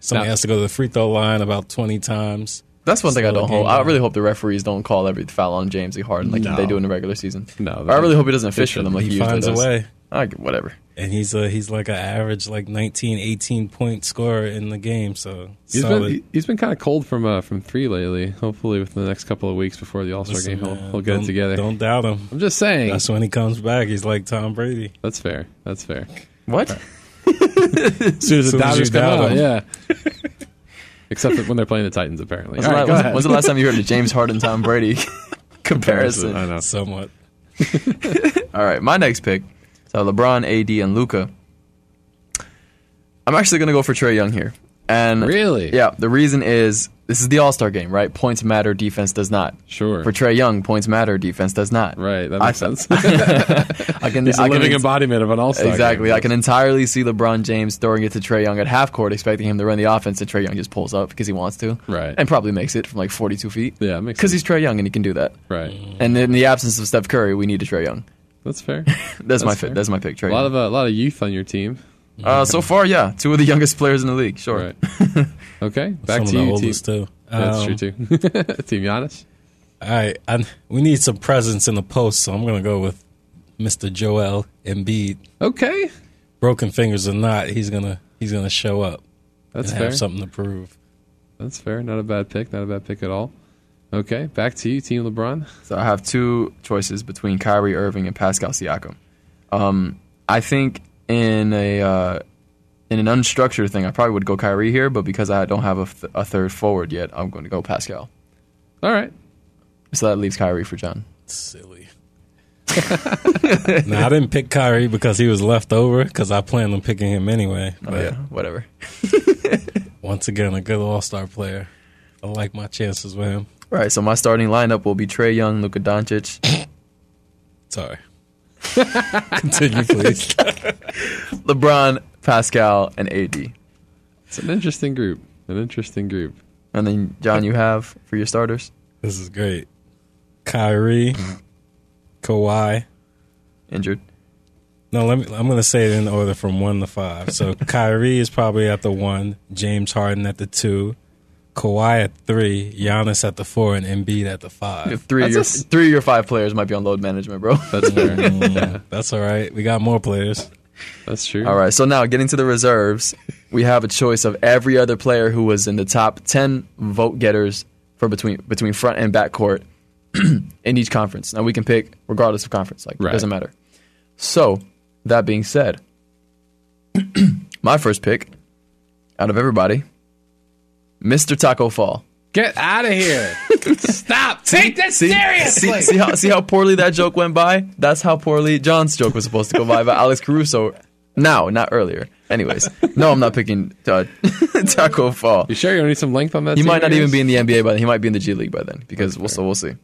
Speaker 2: somebody
Speaker 1: Now-
Speaker 2: has to go to the free throw line about 20 times.
Speaker 3: That's one thing I
Speaker 2: Slow
Speaker 3: don't
Speaker 2: game
Speaker 3: hope. I
Speaker 2: down.
Speaker 3: really hope the referees don't call every foul on James E. Harden like
Speaker 2: No.
Speaker 3: they do in the regular season.
Speaker 1: No,
Speaker 3: Or I really hope he doesn't
Speaker 1: they
Speaker 3: fish for them
Speaker 1: shouldn't.
Speaker 3: like he,
Speaker 2: he
Speaker 3: usually
Speaker 2: finds a
Speaker 3: does.
Speaker 2: way,
Speaker 3: I g- whatever.
Speaker 2: and he's a he's like an average like 19, 18 point scorer in the game. So
Speaker 1: He's
Speaker 2: solid.
Speaker 1: been he's been kind of cold from uh, from three lately. Hopefully, within the next couple of weeks before the All Star
Speaker 2: Listen,
Speaker 1: game, he'll,
Speaker 2: man,
Speaker 1: he'll get
Speaker 2: don't-
Speaker 1: it together.
Speaker 2: Don't doubt him.
Speaker 1: I'm just saying.
Speaker 2: That's
Speaker 1: That's,
Speaker 2: when he comes back. He's like Tom Brady.
Speaker 1: fair. That's fair.
Speaker 3: What?
Speaker 1: As soon as the
Speaker 2: soon as you
Speaker 1: Dodgers come
Speaker 2: doubt
Speaker 1: out,
Speaker 2: him.
Speaker 1: yeah. Except that when they're playing the Titans, apparently.
Speaker 3: When's,
Speaker 1: All
Speaker 3: the
Speaker 1: right,
Speaker 3: la-
Speaker 1: go
Speaker 3: when's-
Speaker 1: ahead.
Speaker 3: when's the last time you heard a James Harden Tom Brady comparison?
Speaker 1: I know.
Speaker 2: Somewhat.
Speaker 3: All right, my next pick. So LeBron, AD, and Luca. I'm actually going to go for Trey Young here. And
Speaker 1: Really?
Speaker 3: yeah, the reason is this is the All Star game, right? Points matter, defense does not.
Speaker 1: Sure.
Speaker 3: For Trey Young, points matter, defense does not.
Speaker 1: Right, that
Speaker 3: I-
Speaker 1: makes sense. He's
Speaker 3: I can,
Speaker 1: a
Speaker 3: I can
Speaker 1: living
Speaker 3: ins-
Speaker 1: embodiment of an all-star.
Speaker 3: exactly.
Speaker 1: game.
Speaker 3: I can entirely see LeBron James throwing it to Trey Young at half court, expecting him to run the offense, and Trey Young just pulls up because he wants to,
Speaker 1: Right.
Speaker 3: And probably makes it from like 42 feet.
Speaker 1: Yeah, it makes sense.
Speaker 3: because he's Trey Young and he can do that.
Speaker 1: right.
Speaker 3: And in the absence of Steph Curry, we need a Trey Young.
Speaker 1: That's fair.
Speaker 3: That's, my
Speaker 1: fair.
Speaker 3: fit. That's my pick. Trey.
Speaker 1: A lot
Speaker 3: Young.
Speaker 1: of uh, a lot of youth on your team.
Speaker 3: uh, so far, yeah, two of the youngest players in the league. Sure.
Speaker 1: Right. Okay, back to
Speaker 2: Some of the
Speaker 1: you. Team.
Speaker 2: oldest too.
Speaker 1: That's
Speaker 2: Um,
Speaker 1: true too. team Giannis.
Speaker 2: All right, I, we need some presence in the post, so I'm gonna go with Mr. Joel Embiid.
Speaker 1: Okay,
Speaker 2: Broken fingers or not, he's gonna he's gonna show up
Speaker 1: that's
Speaker 2: and
Speaker 1: fair.
Speaker 2: have something to prove.
Speaker 1: That's fair. Not a bad pick. Not a bad pick at all. Okay, back to you, Team LeBron.
Speaker 3: So I have two choices between Kyrie Irving and Pascal Siakam. Um, I think in a uh, in an unstructured thing, I probably would go Kyrie here, but because I don't have a, th- a third forward yet, I'm going to go Pascal.
Speaker 1: All right.
Speaker 3: So that leaves Kyrie for John.
Speaker 2: Silly. now I didn't pick Kyrie because he was left over because I planned on picking him anyway. But
Speaker 3: Oh, yeah, whatever.
Speaker 2: once again, a good All Star player. I like my chances with him.
Speaker 3: All right, so my starting lineup will be Trey Young, Luka Doncic,
Speaker 2: Sorry. Continue, please.
Speaker 3: LeBron, Pascal, and AD.
Speaker 1: It's an interesting group. An interesting group.
Speaker 3: And then John, you have for your starters
Speaker 2: this is great. Kyrie, Kawhi.
Speaker 3: injured.
Speaker 2: No, let me. I'm going to say it in order from one to five. So Kyrie is probably at the one, James Harden at the two, Kawhi at three, Giannis at the four, and Embiid at the
Speaker 3: You
Speaker 2: five.
Speaker 3: have Three of
Speaker 1: That's a
Speaker 3: your
Speaker 1: s-
Speaker 3: three of your five players might be on load management, bro.
Speaker 1: That's fair.
Speaker 2: Mm, that's all right. We got more players.
Speaker 1: That's true.
Speaker 3: All right, so now getting to the reserves, we have a choice of every other player who was in the top 10 vote getters for between between front and back court in each conference. Now we can pick regardless of conference, like
Speaker 1: Right.
Speaker 3: it doesn't matter. So, that being said, my first pick out of everybody, Mr. Taco Fall.
Speaker 1: Get out of here. Stop. Take this seriously.
Speaker 3: See, see how see how poorly that joke went by? That's how poorly John's joke was supposed to go by by Alex Caruso. Now, not earlier. Anyways, no, I'm not picking uh, Taco Fall.
Speaker 1: you sure you don't need some length on that?
Speaker 3: He
Speaker 1: team,
Speaker 3: might not
Speaker 1: I
Speaker 3: even
Speaker 1: guess?
Speaker 3: be in the NBA by then. He might be in the G League by then because we'll so we'll see.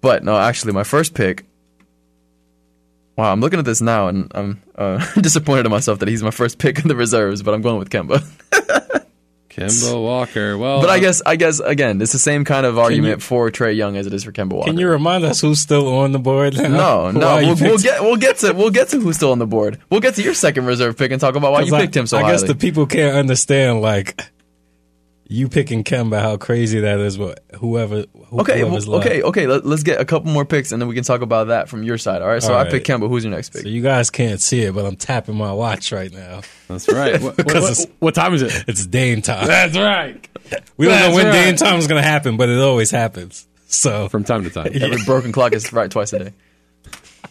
Speaker 3: But no, actually, my first pick. Wow, I'm looking at this now and I'm uh, disappointed in myself that he's my first pick in the reserves, but I'm going with Kemba.
Speaker 1: Kemba Walker. Well,
Speaker 3: But I guess I guess again, it's the same kind of argument
Speaker 2: you-
Speaker 3: for Trey Young as it is for Kemba Walker.
Speaker 2: Can you remind us who's still on the board?
Speaker 3: No,
Speaker 2: Now?
Speaker 3: no.
Speaker 2: Why you
Speaker 3: We'll, we'll
Speaker 2: picked-
Speaker 3: get we'll get to we'll get to who's still on the board. We'll get to your second reserve pick and talk about why you
Speaker 2: I-
Speaker 3: picked him so
Speaker 2: I
Speaker 3: highly.
Speaker 2: guess the people can't understand like you picking Kemba, how crazy that is. But whoever, who,
Speaker 3: okay,
Speaker 2: whoever's
Speaker 3: well,
Speaker 2: left.
Speaker 3: okay, okay. Let, us get a couple more picks and then we can talk about that from your side. All right. So
Speaker 2: All
Speaker 3: I picked
Speaker 2: right.
Speaker 3: Kemba. Who's your next pick?
Speaker 2: So you guys can't see it, but I'm tapping my watch right now.
Speaker 1: that's right. What, what,
Speaker 2: 'Cause
Speaker 1: what-
Speaker 2: it's-
Speaker 1: what time is it?
Speaker 2: It's Dame time.
Speaker 1: That's right.
Speaker 2: We don't know
Speaker 1: That's
Speaker 2: when
Speaker 1: right.
Speaker 2: Dame time is going to happen, but it always happens. So
Speaker 1: From time to time.
Speaker 3: Every broken clock is right twice a day.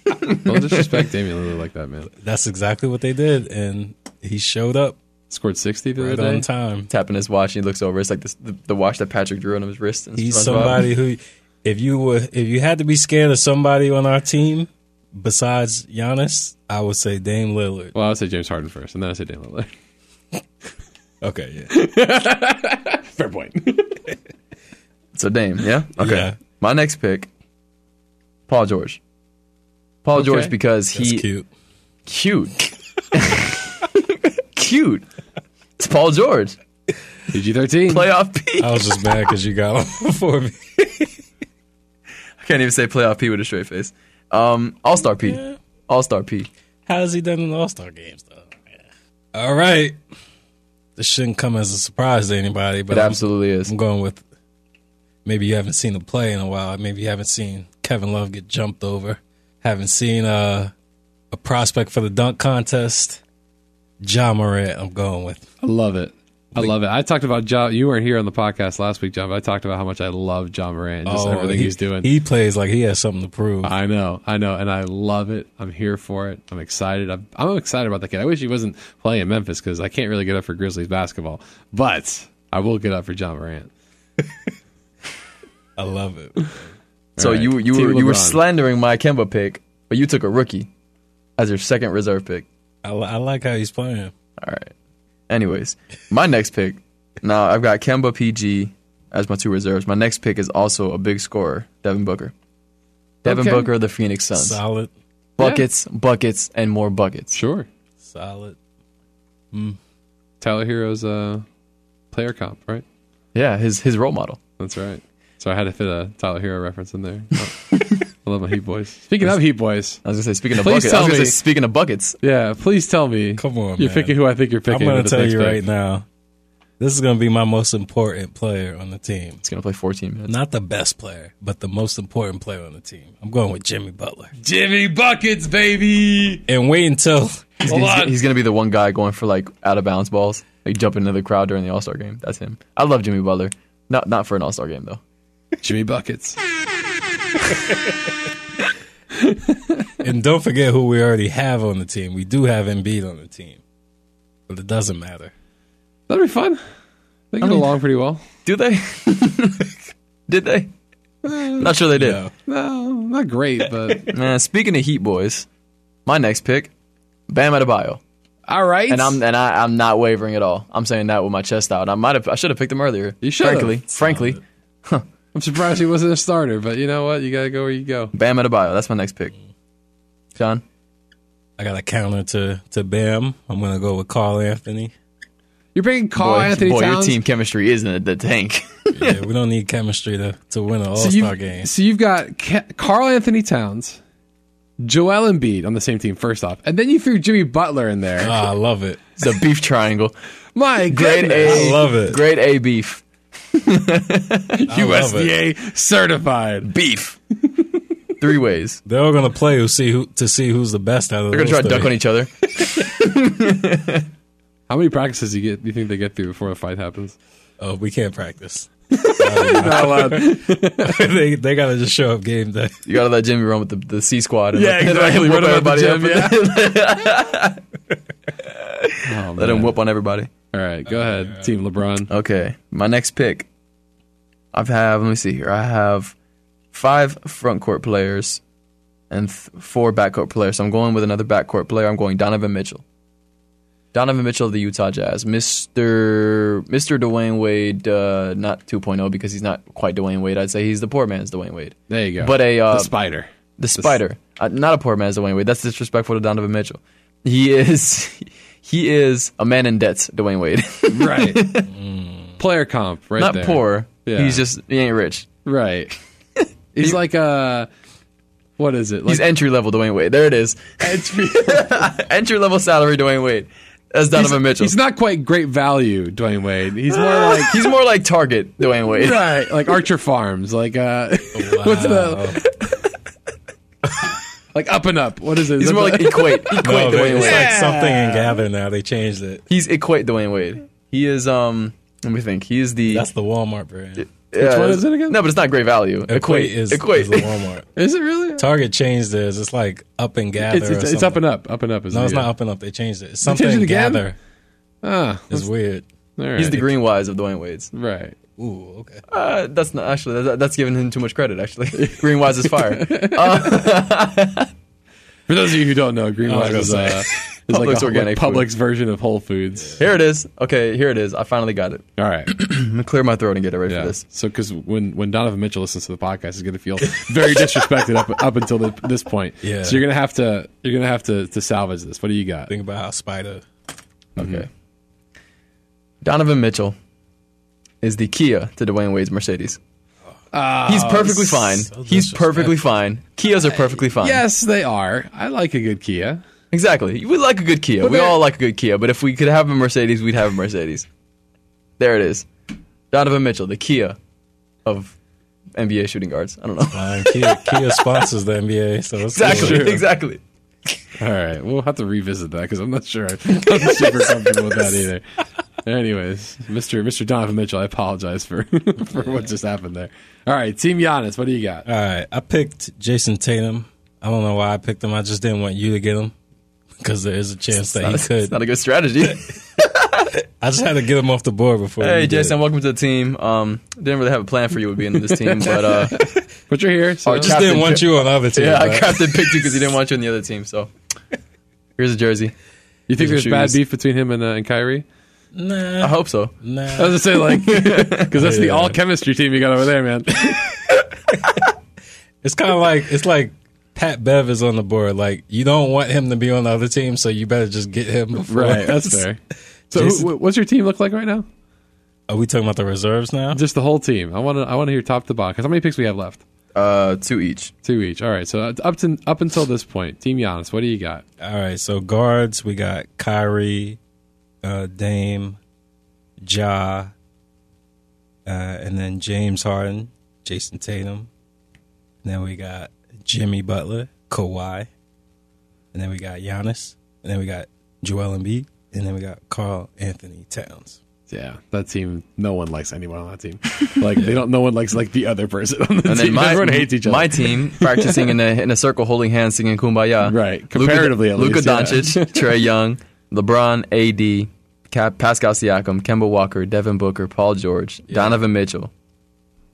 Speaker 1: Don't disrespect Damian Lillard like that, man.
Speaker 2: that's exactly what they did, and he showed up
Speaker 1: Scored 60 the
Speaker 2: right
Speaker 1: other day.
Speaker 2: on time.
Speaker 3: Tapping his watch, he looks over. It's like this, the, the watch that Patrick drew on his wrist. And
Speaker 2: He's somebody who, if you were, if you had to be scared of somebody on our team besides Giannis, I would say Dame Lillard.
Speaker 1: Well, I would say James Harden first, and then I say Damian Lillard.
Speaker 2: Okay, yeah.
Speaker 1: Fair point.
Speaker 3: So Dame, yeah. Okay.
Speaker 2: Yeah.
Speaker 3: My next pick, Paul George. Paul George because
Speaker 2: That's
Speaker 3: he
Speaker 2: cute.
Speaker 3: cute, cute. It's Paul George,
Speaker 1: PG-13.
Speaker 3: playoff P.
Speaker 2: I was just mad because you got one before me.
Speaker 3: Can't even say playoff P with a straight face. Um, All Star P. All Star P.
Speaker 2: How has he done in All Star games though? All right, this shouldn't come as a surprise to anybody, but
Speaker 3: It
Speaker 2: I'm,
Speaker 3: absolutely is.
Speaker 2: I'm going with. Maybe you haven't seen the play in a while. Maybe you haven't seen Kevin Love get jumped over. Haven't seen uh, a prospect for the dunk contest. John Morant, I'm going with.
Speaker 1: I love it. I love it. I talked about John. You weren't here on the podcast last week, John, but I talked about how much I love John Moran. Just everything
Speaker 2: Oh, he-
Speaker 1: he's doing.
Speaker 2: He plays like he has something to prove.
Speaker 1: I know, I know, and I love it. I'm here for it. I'm excited. I'm, I'm excited about the kid. I wish he wasn't playing in Memphis because I can't really get up for Grizzlies basketball, but I will get up for John Morant.
Speaker 2: I love it.
Speaker 3: So
Speaker 1: All right.
Speaker 3: you you
Speaker 1: Team
Speaker 3: were, you were
Speaker 1: LeBron.
Speaker 3: slandering my Kemba pick, but you took a rookie as your second reserve pick.
Speaker 2: I, li- I like how he's playing.
Speaker 3: All right. Anyways, my next pick, No, I've got Kemba PG as my two reserves. My next pick is also a big scorer, Devin Booker. Devin
Speaker 1: Okay.
Speaker 3: Booker of the Phoenix Suns.
Speaker 2: Solid.
Speaker 3: Buckets, buckets, and more buckets.
Speaker 1: Sure.
Speaker 2: Solid.
Speaker 1: Tyler Hero's uh, player comp, right?
Speaker 3: Yeah, his his role model.
Speaker 1: That's right. So I had to fit a Tyler Hero reference in there. Oh. I love my Heat Boys. Speaking of Heat Boys,
Speaker 3: I was gonna say speaking of
Speaker 1: Please
Speaker 3: buckets. I
Speaker 1: tell
Speaker 3: was gonna
Speaker 1: me.
Speaker 3: say speaking of buckets.
Speaker 1: yeah, please tell me
Speaker 2: Come on,
Speaker 1: you're
Speaker 2: man.
Speaker 1: picking who I think you're
Speaker 2: I'm
Speaker 1: picking.
Speaker 2: going
Speaker 1: with
Speaker 2: to
Speaker 1: the
Speaker 2: tell
Speaker 1: next
Speaker 2: you
Speaker 1: pick.
Speaker 2: right now. This is going to be my most important player on the team.
Speaker 3: He's gonna play 14 minutes.
Speaker 2: Not the best player, but the most important player on the team. I'm going with Jimmy Butler.
Speaker 1: Jimmy Buckets, baby.
Speaker 2: And wait until
Speaker 3: He's,
Speaker 1: Hold
Speaker 3: he's-
Speaker 1: on.
Speaker 3: he's gonna be the one guy going for like out of bounds balls, like jumping into the crowd during the All Star game. That's him. I love Jimmy Butler. Not not for an All Star game though.
Speaker 1: Jimmy Buckets.
Speaker 2: and don't forget who we already have on the team. We do have Embiid on the team, but it doesn't matter.
Speaker 1: That'd be fun. They get
Speaker 3: mean-
Speaker 1: along pretty well.
Speaker 3: Do they? did they? Not sure they did.
Speaker 2: No.
Speaker 1: No, not great, but
Speaker 3: Nah, speaking of Heat boys, my next pick, Bam Adebayo,
Speaker 1: all right.
Speaker 3: and I'm and I, I'm not wavering at all. I'm saying that with my chest out. I might have I should have picked him earlier.
Speaker 1: You should've.
Speaker 3: Frankly, frankly,
Speaker 1: I'm surprised he wasn't a starter, but you know what? You gotta go where you go.
Speaker 3: Bam Adebayo. That's my next pick. John,
Speaker 2: I got a counter to, to Bam. I'm going to go with Carl Anthony.
Speaker 1: You're picking Carl
Speaker 3: boy,
Speaker 1: Oh, Anthony
Speaker 3: boy your
Speaker 1: Towns.
Speaker 3: team chemistry is in the tank.
Speaker 2: Yeah, we don't need chemistry to, to win an All
Speaker 1: so
Speaker 2: Star
Speaker 1: you've,
Speaker 2: game.
Speaker 1: so you've got Ke- Carl Anthony Towns, Joel Embiid on the same team. First off, and then you threw Jimmy Butler in there.
Speaker 2: Oh, I love it.
Speaker 3: It's a beef triangle.
Speaker 1: My
Speaker 3: Grade
Speaker 1: goodness.
Speaker 3: A.
Speaker 2: I love it.
Speaker 3: Grade A beef.
Speaker 2: I love it.
Speaker 1: USDA certified.
Speaker 3: Beef. Three ways.
Speaker 2: They're all gonna play who see who to see who's the best out of.
Speaker 3: They're gonna try to duck on each other.
Speaker 1: How many practices do you get? Do you think they get through before the fight happens?
Speaker 2: Oh, we can't practice.
Speaker 1: Not allowed.
Speaker 2: they they gotta just show up game day.
Speaker 3: You gotta let Jimmy run with the, the C squad. And
Speaker 1: Yeah,
Speaker 3: let, and
Speaker 1: exactly.
Speaker 3: Let him
Speaker 1: Run
Speaker 3: whip
Speaker 1: him at
Speaker 3: everybody
Speaker 1: the
Speaker 3: up.
Speaker 1: Oh,
Speaker 3: Let him
Speaker 1: man.
Speaker 3: whip on everybody.
Speaker 1: All right, go ahead, Team LeBron.
Speaker 3: Okay, my next pick. I have. Let me see here. I have five front court players and th- four backcourt players. So I'm going with another backcourt player. I'm going Donovan Mitchell. Donovan Mitchell of the Utah Jazz, Mister Mister Dwayne Wade, uh, not 2.0 because he's not quite Dwayne Wade. I'd say he's the poor man's Dwayne Wade,
Speaker 1: There you go.
Speaker 3: but a uh,
Speaker 1: the spider.
Speaker 3: the spider, uh, not a poor man's Dwayne Wade. That's disrespectful to Donovan Mitchell. He is he is a man in debts, Dwayne Wade.
Speaker 1: Right. Mm. Player comp, right
Speaker 3: not
Speaker 1: there.
Speaker 3: poor.
Speaker 1: Yeah.
Speaker 3: He's just he ain't rich.
Speaker 1: Right. He's like a. What is it? Like
Speaker 3: He's entry level Dwayne Wade. There it is.
Speaker 1: entry.
Speaker 3: entry level salary Dwayne Wade. That's Donovan Mitchell.
Speaker 1: He's
Speaker 3: He's,
Speaker 1: not quite great value, Dwayne Wade. He's more like
Speaker 3: more like Target Dwayne Wade.
Speaker 1: right, like Archer Farms, like uh, what's the like Up and Up? What is it? Is
Speaker 3: He's
Speaker 1: that the-
Speaker 3: more like Equate. Equate
Speaker 2: No, but
Speaker 3: Dwayne
Speaker 2: it's
Speaker 3: Wade.
Speaker 2: like something in Gather now. They changed it.
Speaker 3: He's Equate Dwayne Wade. He is um. Let me think. He is the.
Speaker 2: That's the Walmart brand.
Speaker 3: yeah,
Speaker 1: one is it again?
Speaker 3: No, but it's not great value. Equate,
Speaker 2: Equate is,
Speaker 3: Equate.
Speaker 2: is the Walmart.
Speaker 1: is it really?
Speaker 2: Target changed theirs. It's like up and gather.
Speaker 1: It's, it's, it's
Speaker 2: or
Speaker 1: up
Speaker 2: something.
Speaker 1: and up. Up and up is
Speaker 2: No, it's
Speaker 1: the-
Speaker 2: not up and up. They changed it. It's something
Speaker 1: changed it
Speaker 2: in
Speaker 1: again?
Speaker 2: gather.
Speaker 1: Ah,
Speaker 2: It's weird.
Speaker 1: all right.
Speaker 3: He's the green wise of Dwayne Wade's.
Speaker 1: right.
Speaker 2: Ooh, okay.
Speaker 3: Uh, that's not actually. That, that's giving him too much credit. Actually, green wise is fire. Uh,
Speaker 1: For those of you who don't know, Green
Speaker 2: I was
Speaker 1: Wise
Speaker 2: gonna
Speaker 1: is, uh, is like
Speaker 3: Publix
Speaker 1: a,
Speaker 3: organic
Speaker 1: like
Speaker 3: food.
Speaker 1: Publix version of Whole Foods.
Speaker 3: here it is. Okay, here it is. I finally got it.
Speaker 1: All right.
Speaker 3: I'm gonna clear my throat and get it ready
Speaker 1: Yeah.
Speaker 3: for this.
Speaker 1: So, because when, when Donovan Mitchell listens to the podcast, he's going to feel very disrespected up up until the, this point.
Speaker 2: Yeah.
Speaker 1: So you're gonna have to you're gonna have to to salvage this. What do you got?
Speaker 2: Think about how Spider.
Speaker 3: Okay. Donovan Mitchell is the Kia to Dwayne Wade's Mercedes. He's perfectly fine.
Speaker 2: Oh. so
Speaker 3: He's perfectly fine. Kias are perfectly fine.
Speaker 1: Yes, they are. I like a good Kia.
Speaker 3: Exactly. We like a good Kia.
Speaker 1: But
Speaker 3: we
Speaker 1: they're-
Speaker 3: all like a good Kia, but if we could have a Mercedes, we'd have a Mercedes. There it is. Donovan Mitchell, the Kia of NBA shooting guards. I don't know.
Speaker 2: Um, Kia, Kia sponsors the NBA, so it's
Speaker 3: Exactly.
Speaker 2: cool.
Speaker 3: Exactly.
Speaker 1: All right, we'll have to revisit that because I'm not sure I'm super comfortable with that either. Anyways, Mr. Mr. Donovan Mitchell, I apologize for for what just happened there. All right, Team Giannis, what do you got?
Speaker 2: All right, I picked Jason Tatum. I don't know why I picked him. I just didn't want you to get him because there is a chance that he
Speaker 3: It's
Speaker 2: could.
Speaker 3: not a good strategy.
Speaker 2: I just had to get him off the board before.
Speaker 3: hey,
Speaker 2: you did.
Speaker 3: Jason, welcome to the team. Um, didn't really have a plan for you with being in this team, but uh,
Speaker 1: But you're here, so
Speaker 3: Or
Speaker 2: Just didn't
Speaker 3: Captain
Speaker 2: want
Speaker 3: Ju-
Speaker 2: you on the other team.
Speaker 3: Yeah, I
Speaker 2: right?
Speaker 3: crapped and picked you because he didn't want you on the other team. So here's a jersey.
Speaker 1: you think there's
Speaker 3: Shoes.
Speaker 1: bad beef between him and, uh, and Kyrie?
Speaker 2: Nah.
Speaker 3: I hope so.
Speaker 1: I
Speaker 2: Nah.
Speaker 1: was gonna say like because that's the
Speaker 2: Yeah.
Speaker 1: all chemistry team you got over there, man.
Speaker 2: It's kind of like it's like Pat Bev is on the board. Like you don't want him to be on the other team, so you better just get him. Before
Speaker 1: right, that's
Speaker 2: us.
Speaker 1: fair. So,
Speaker 2: Jason-
Speaker 1: who, wh- what's your team look like right now?
Speaker 2: Are we talking about the reserves now?
Speaker 1: Just the whole team. I want to. I want to hear top to bottom. Because how many picks we have left?
Speaker 3: Uh, two each.
Speaker 1: Two each. All right. So uh, up to up until this point, Team Giannis. What do you got?
Speaker 2: All right, so guards we got Kyrie, uh, Dame, Ja, uh, and then James Harden, Jason Tatum. And then we got Jimmy Butler, Kawhi, and then we got Giannis, and then we got Joel Embiid, and then we got Carl Anthony Towns.
Speaker 1: Yeah, that team. No one likes anyone on that team. Like they don't. No one likes like the other person on the team.
Speaker 3: And then my,
Speaker 1: Everyone hates each other.
Speaker 3: my team practicing in a in a circle, holding hands, singing "Kumbaya."
Speaker 1: Right. Comparatively, at
Speaker 3: Luka
Speaker 1: least, yeah.
Speaker 3: Doncic, Trey Young, LeBron, AD, Cap, Pascal Siakam, Kemba Walker, Devin Booker, Paul George, Donovan Mitchell,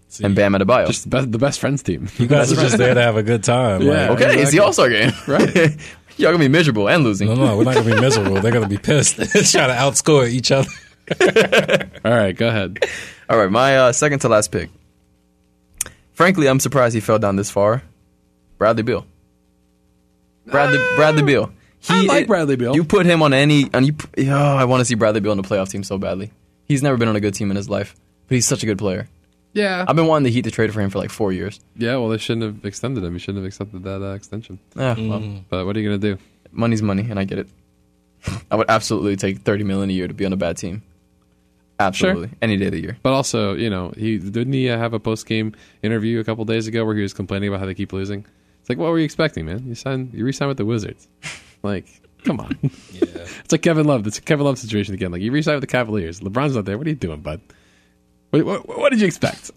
Speaker 2: So
Speaker 3: and
Speaker 2: you-
Speaker 3: Bam Adebayo.
Speaker 1: Just the best, the best friends team.
Speaker 2: You guys are just there to have a good time.
Speaker 1: Yeah.
Speaker 2: Like,
Speaker 3: okay, it's
Speaker 1: exactly.
Speaker 3: the All Star game.
Speaker 1: Right.
Speaker 3: Y'all gonna be miserable and losing.
Speaker 2: no, no, we're not gonna be miserable. They're gonna be pissed. Trying to outscore each other.
Speaker 1: All right, go ahead.
Speaker 3: All right, my uh, second to last pick. Frankly, I'm surprised he fell down this far. Bradley Beal. Bradley Bradley Beal. He,
Speaker 1: Ah, I like Bradley Beal.
Speaker 3: You put him on any, and you. Oh, I want to see Bradley Beal on the playoff team so badly. He's never been on a good team in his life, but he's such a good player.
Speaker 1: Yeah.
Speaker 3: I've been wanting the Heat to trade for him for like four years.
Speaker 1: yeah. Well, they shouldn't have extended him. You shouldn't have accepted that uh, extension.
Speaker 3: Ah, well,
Speaker 1: But what are you gonna do?
Speaker 3: money's money, and I get it. I would absolutely take thirty million a year to be on a bad team. Absolutely, any day of the year.
Speaker 1: But also, you know, he didn't he uh, have a post game interview a couple days ago where he was complaining about how they keep losing. It's like, what were you expecting, man? You signed, you re-signed with the Wizards. Like, come on.
Speaker 2: Yeah.
Speaker 1: It's like Kevin Love. It's a Kevin Love situation again. Like, you re-signed with the Cavaliers. LeBron's not there. What are you doing, bud? What, what, what did you expect?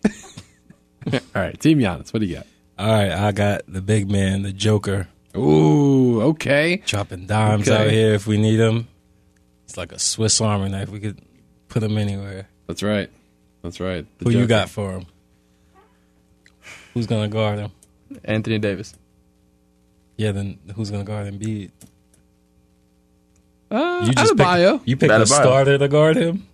Speaker 1: All right, Team Giannis. What do you got?
Speaker 2: All right, I got the big man, the Joker,
Speaker 1: Ooh, okay.
Speaker 2: dropping dimes
Speaker 1: Okay.
Speaker 2: out here if we need him. It's like a Swiss Army knife. We could put him anywhere.
Speaker 1: That's right. That's right. The
Speaker 2: Who you
Speaker 1: Joker.
Speaker 2: got for him? Who's gonna guard him?
Speaker 3: Anthony Davis.
Speaker 2: Yeah, then who's gonna guard Embiid?
Speaker 1: Uh,
Speaker 2: You just
Speaker 1: Adebayo.
Speaker 2: pick. You pick a
Speaker 3: Adebayo.
Speaker 2: starter to guard him.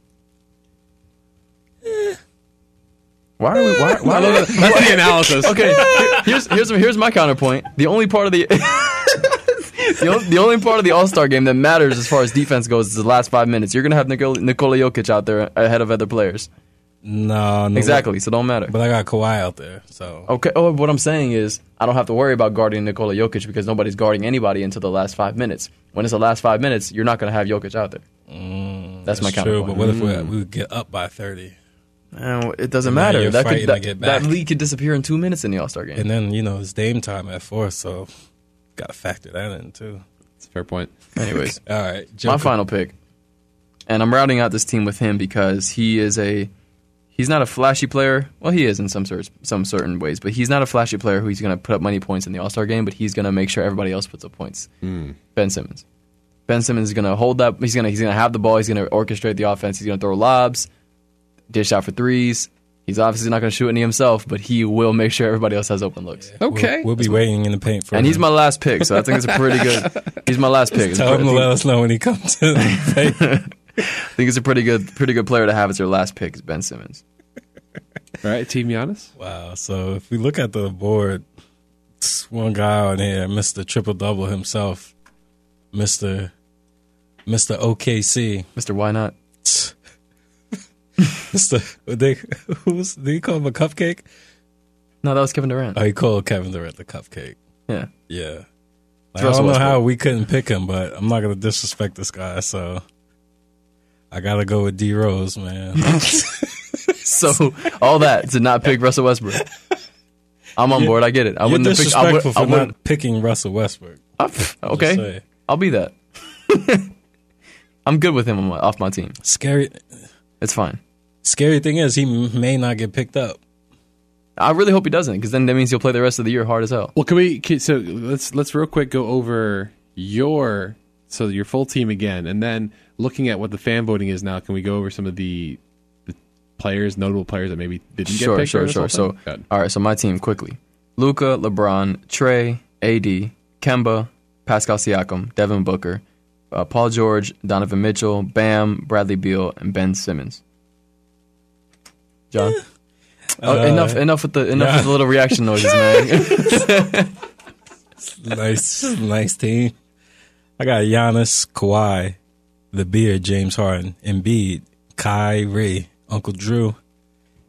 Speaker 3: Why are we? Why?
Speaker 1: I love that. That's the analysis.
Speaker 3: Okay, here- here's here's here's my counterpoint. The only part of the the, only, the only part of the All Star game that matters as far as defense goes is the last five minutes. You're gonna have Nikola, Nikola Jokic out there ahead of other players.
Speaker 2: No, no
Speaker 3: Exactly, so don't matter.
Speaker 2: But I got Kawhi out there, so
Speaker 3: Okay. Oh, what I'm saying is I don't have to worry about guarding Nikola Jokic because nobody's guarding anybody until the last five minutes. When it's the last five minutes, you're not gonna have Jokic out there. that's, my
Speaker 2: it's Mm, true.
Speaker 3: counterpoint.
Speaker 2: But what if we, we would get up by thirty,
Speaker 3: Oh, it doesn't
Speaker 2: Now
Speaker 3: matter.
Speaker 2: you're
Speaker 3: That
Speaker 2: fighting
Speaker 3: could,
Speaker 2: to
Speaker 3: that,
Speaker 2: get
Speaker 3: that
Speaker 2: back.
Speaker 3: lead could disappear in two minutes in the All Star game.
Speaker 2: and then you know it's Dame time at four, so got to factor that in too.
Speaker 1: That's a fair point.
Speaker 3: Anyways.
Speaker 2: All right, Joker.
Speaker 3: my final pick, and I'm rounding out this team with him because he is a he's not a flashy player. Well, he is in some certain some certain ways, but he's not a flashy player who's going to put up many points in the All Star game. But he's going to make sure everybody else puts up points.
Speaker 2: Hmm.
Speaker 3: Ben Simmons. Ben Simmons is going to hold that. He's going to he's going to have the ball. He's going to orchestrate the offense. He's going to throw lobs, dish out for threes. He's obviously not going to shoot any himself, but he will make sure everybody else has open looks.
Speaker 1: Okay.
Speaker 2: We'll, we'll be waiting in the paint for
Speaker 3: And
Speaker 2: him.
Speaker 3: he's my last pick, so I think it's a pretty good. He's my last pick. It's a
Speaker 2: Tell
Speaker 3: pretty-
Speaker 2: him to let us know when he comes to the paint.
Speaker 3: I think it's a pretty good, pretty good player to have as your last pick is Ben Simmons.
Speaker 1: All right, Team Giannis.
Speaker 2: Wow. So if we look at the board, it's one guy on here, Mr. Triple Double himself, Mr. Mr. OKC,
Speaker 3: Mister, why not?
Speaker 2: Mr. what They, who's, do you call him a cupcake?
Speaker 3: No, that was Kevin Durant.
Speaker 2: Oh, he called Kevin Durant the cupcake.
Speaker 3: yeah,
Speaker 2: Yeah. Like, I
Speaker 3: Russell
Speaker 2: don't know how
Speaker 3: Westbrook.
Speaker 2: we couldn't pick him, but I'm not going to disrespect this guy. So I got to go with D Rose, man.
Speaker 3: So all that to not pick Russell Westbrook. I'm on board. I get it. I
Speaker 2: You're
Speaker 3: wouldn't have picked. I would.
Speaker 2: disrespectful
Speaker 3: I
Speaker 2: for
Speaker 3: would.
Speaker 2: not picking Russell Westbrook.
Speaker 3: I- okay,
Speaker 2: say.
Speaker 3: I'll be that. I'm good with him on my, off my team.
Speaker 2: Scary.
Speaker 3: It's fine.
Speaker 2: Scary thing is, he m- may not get picked up.
Speaker 3: I really hope he doesn't, because then that means he'll play the rest of the year hard as hell.
Speaker 1: Well, can we? Can, so let's let's real quick go over your so your full team again, and then looking at what the fan voting is now. Can we go over some of the, the players, notable players that maybe didn't
Speaker 3: Sure,
Speaker 1: get picked?
Speaker 3: sure,
Speaker 1: during this
Speaker 3: sure.
Speaker 1: whole
Speaker 3: So,
Speaker 1: thing? Good.
Speaker 3: all right. So my team quickly: Luca, LeBron, Trey, AD, Kemba, Pascal Siakam, Devin Booker, uh, Paul George, Donovan Mitchell, Bam, Bradley Beal, and Ben Simmons. John, oh,
Speaker 2: Eh. Uh,
Speaker 3: enough, enough with the enough
Speaker 2: yeah.
Speaker 3: with the little reaction noises, man.
Speaker 2: nice, nice team. I got Giannis, Kawhi, the Beard, James Harden, Embiid, Kyrie, Uncle Drew,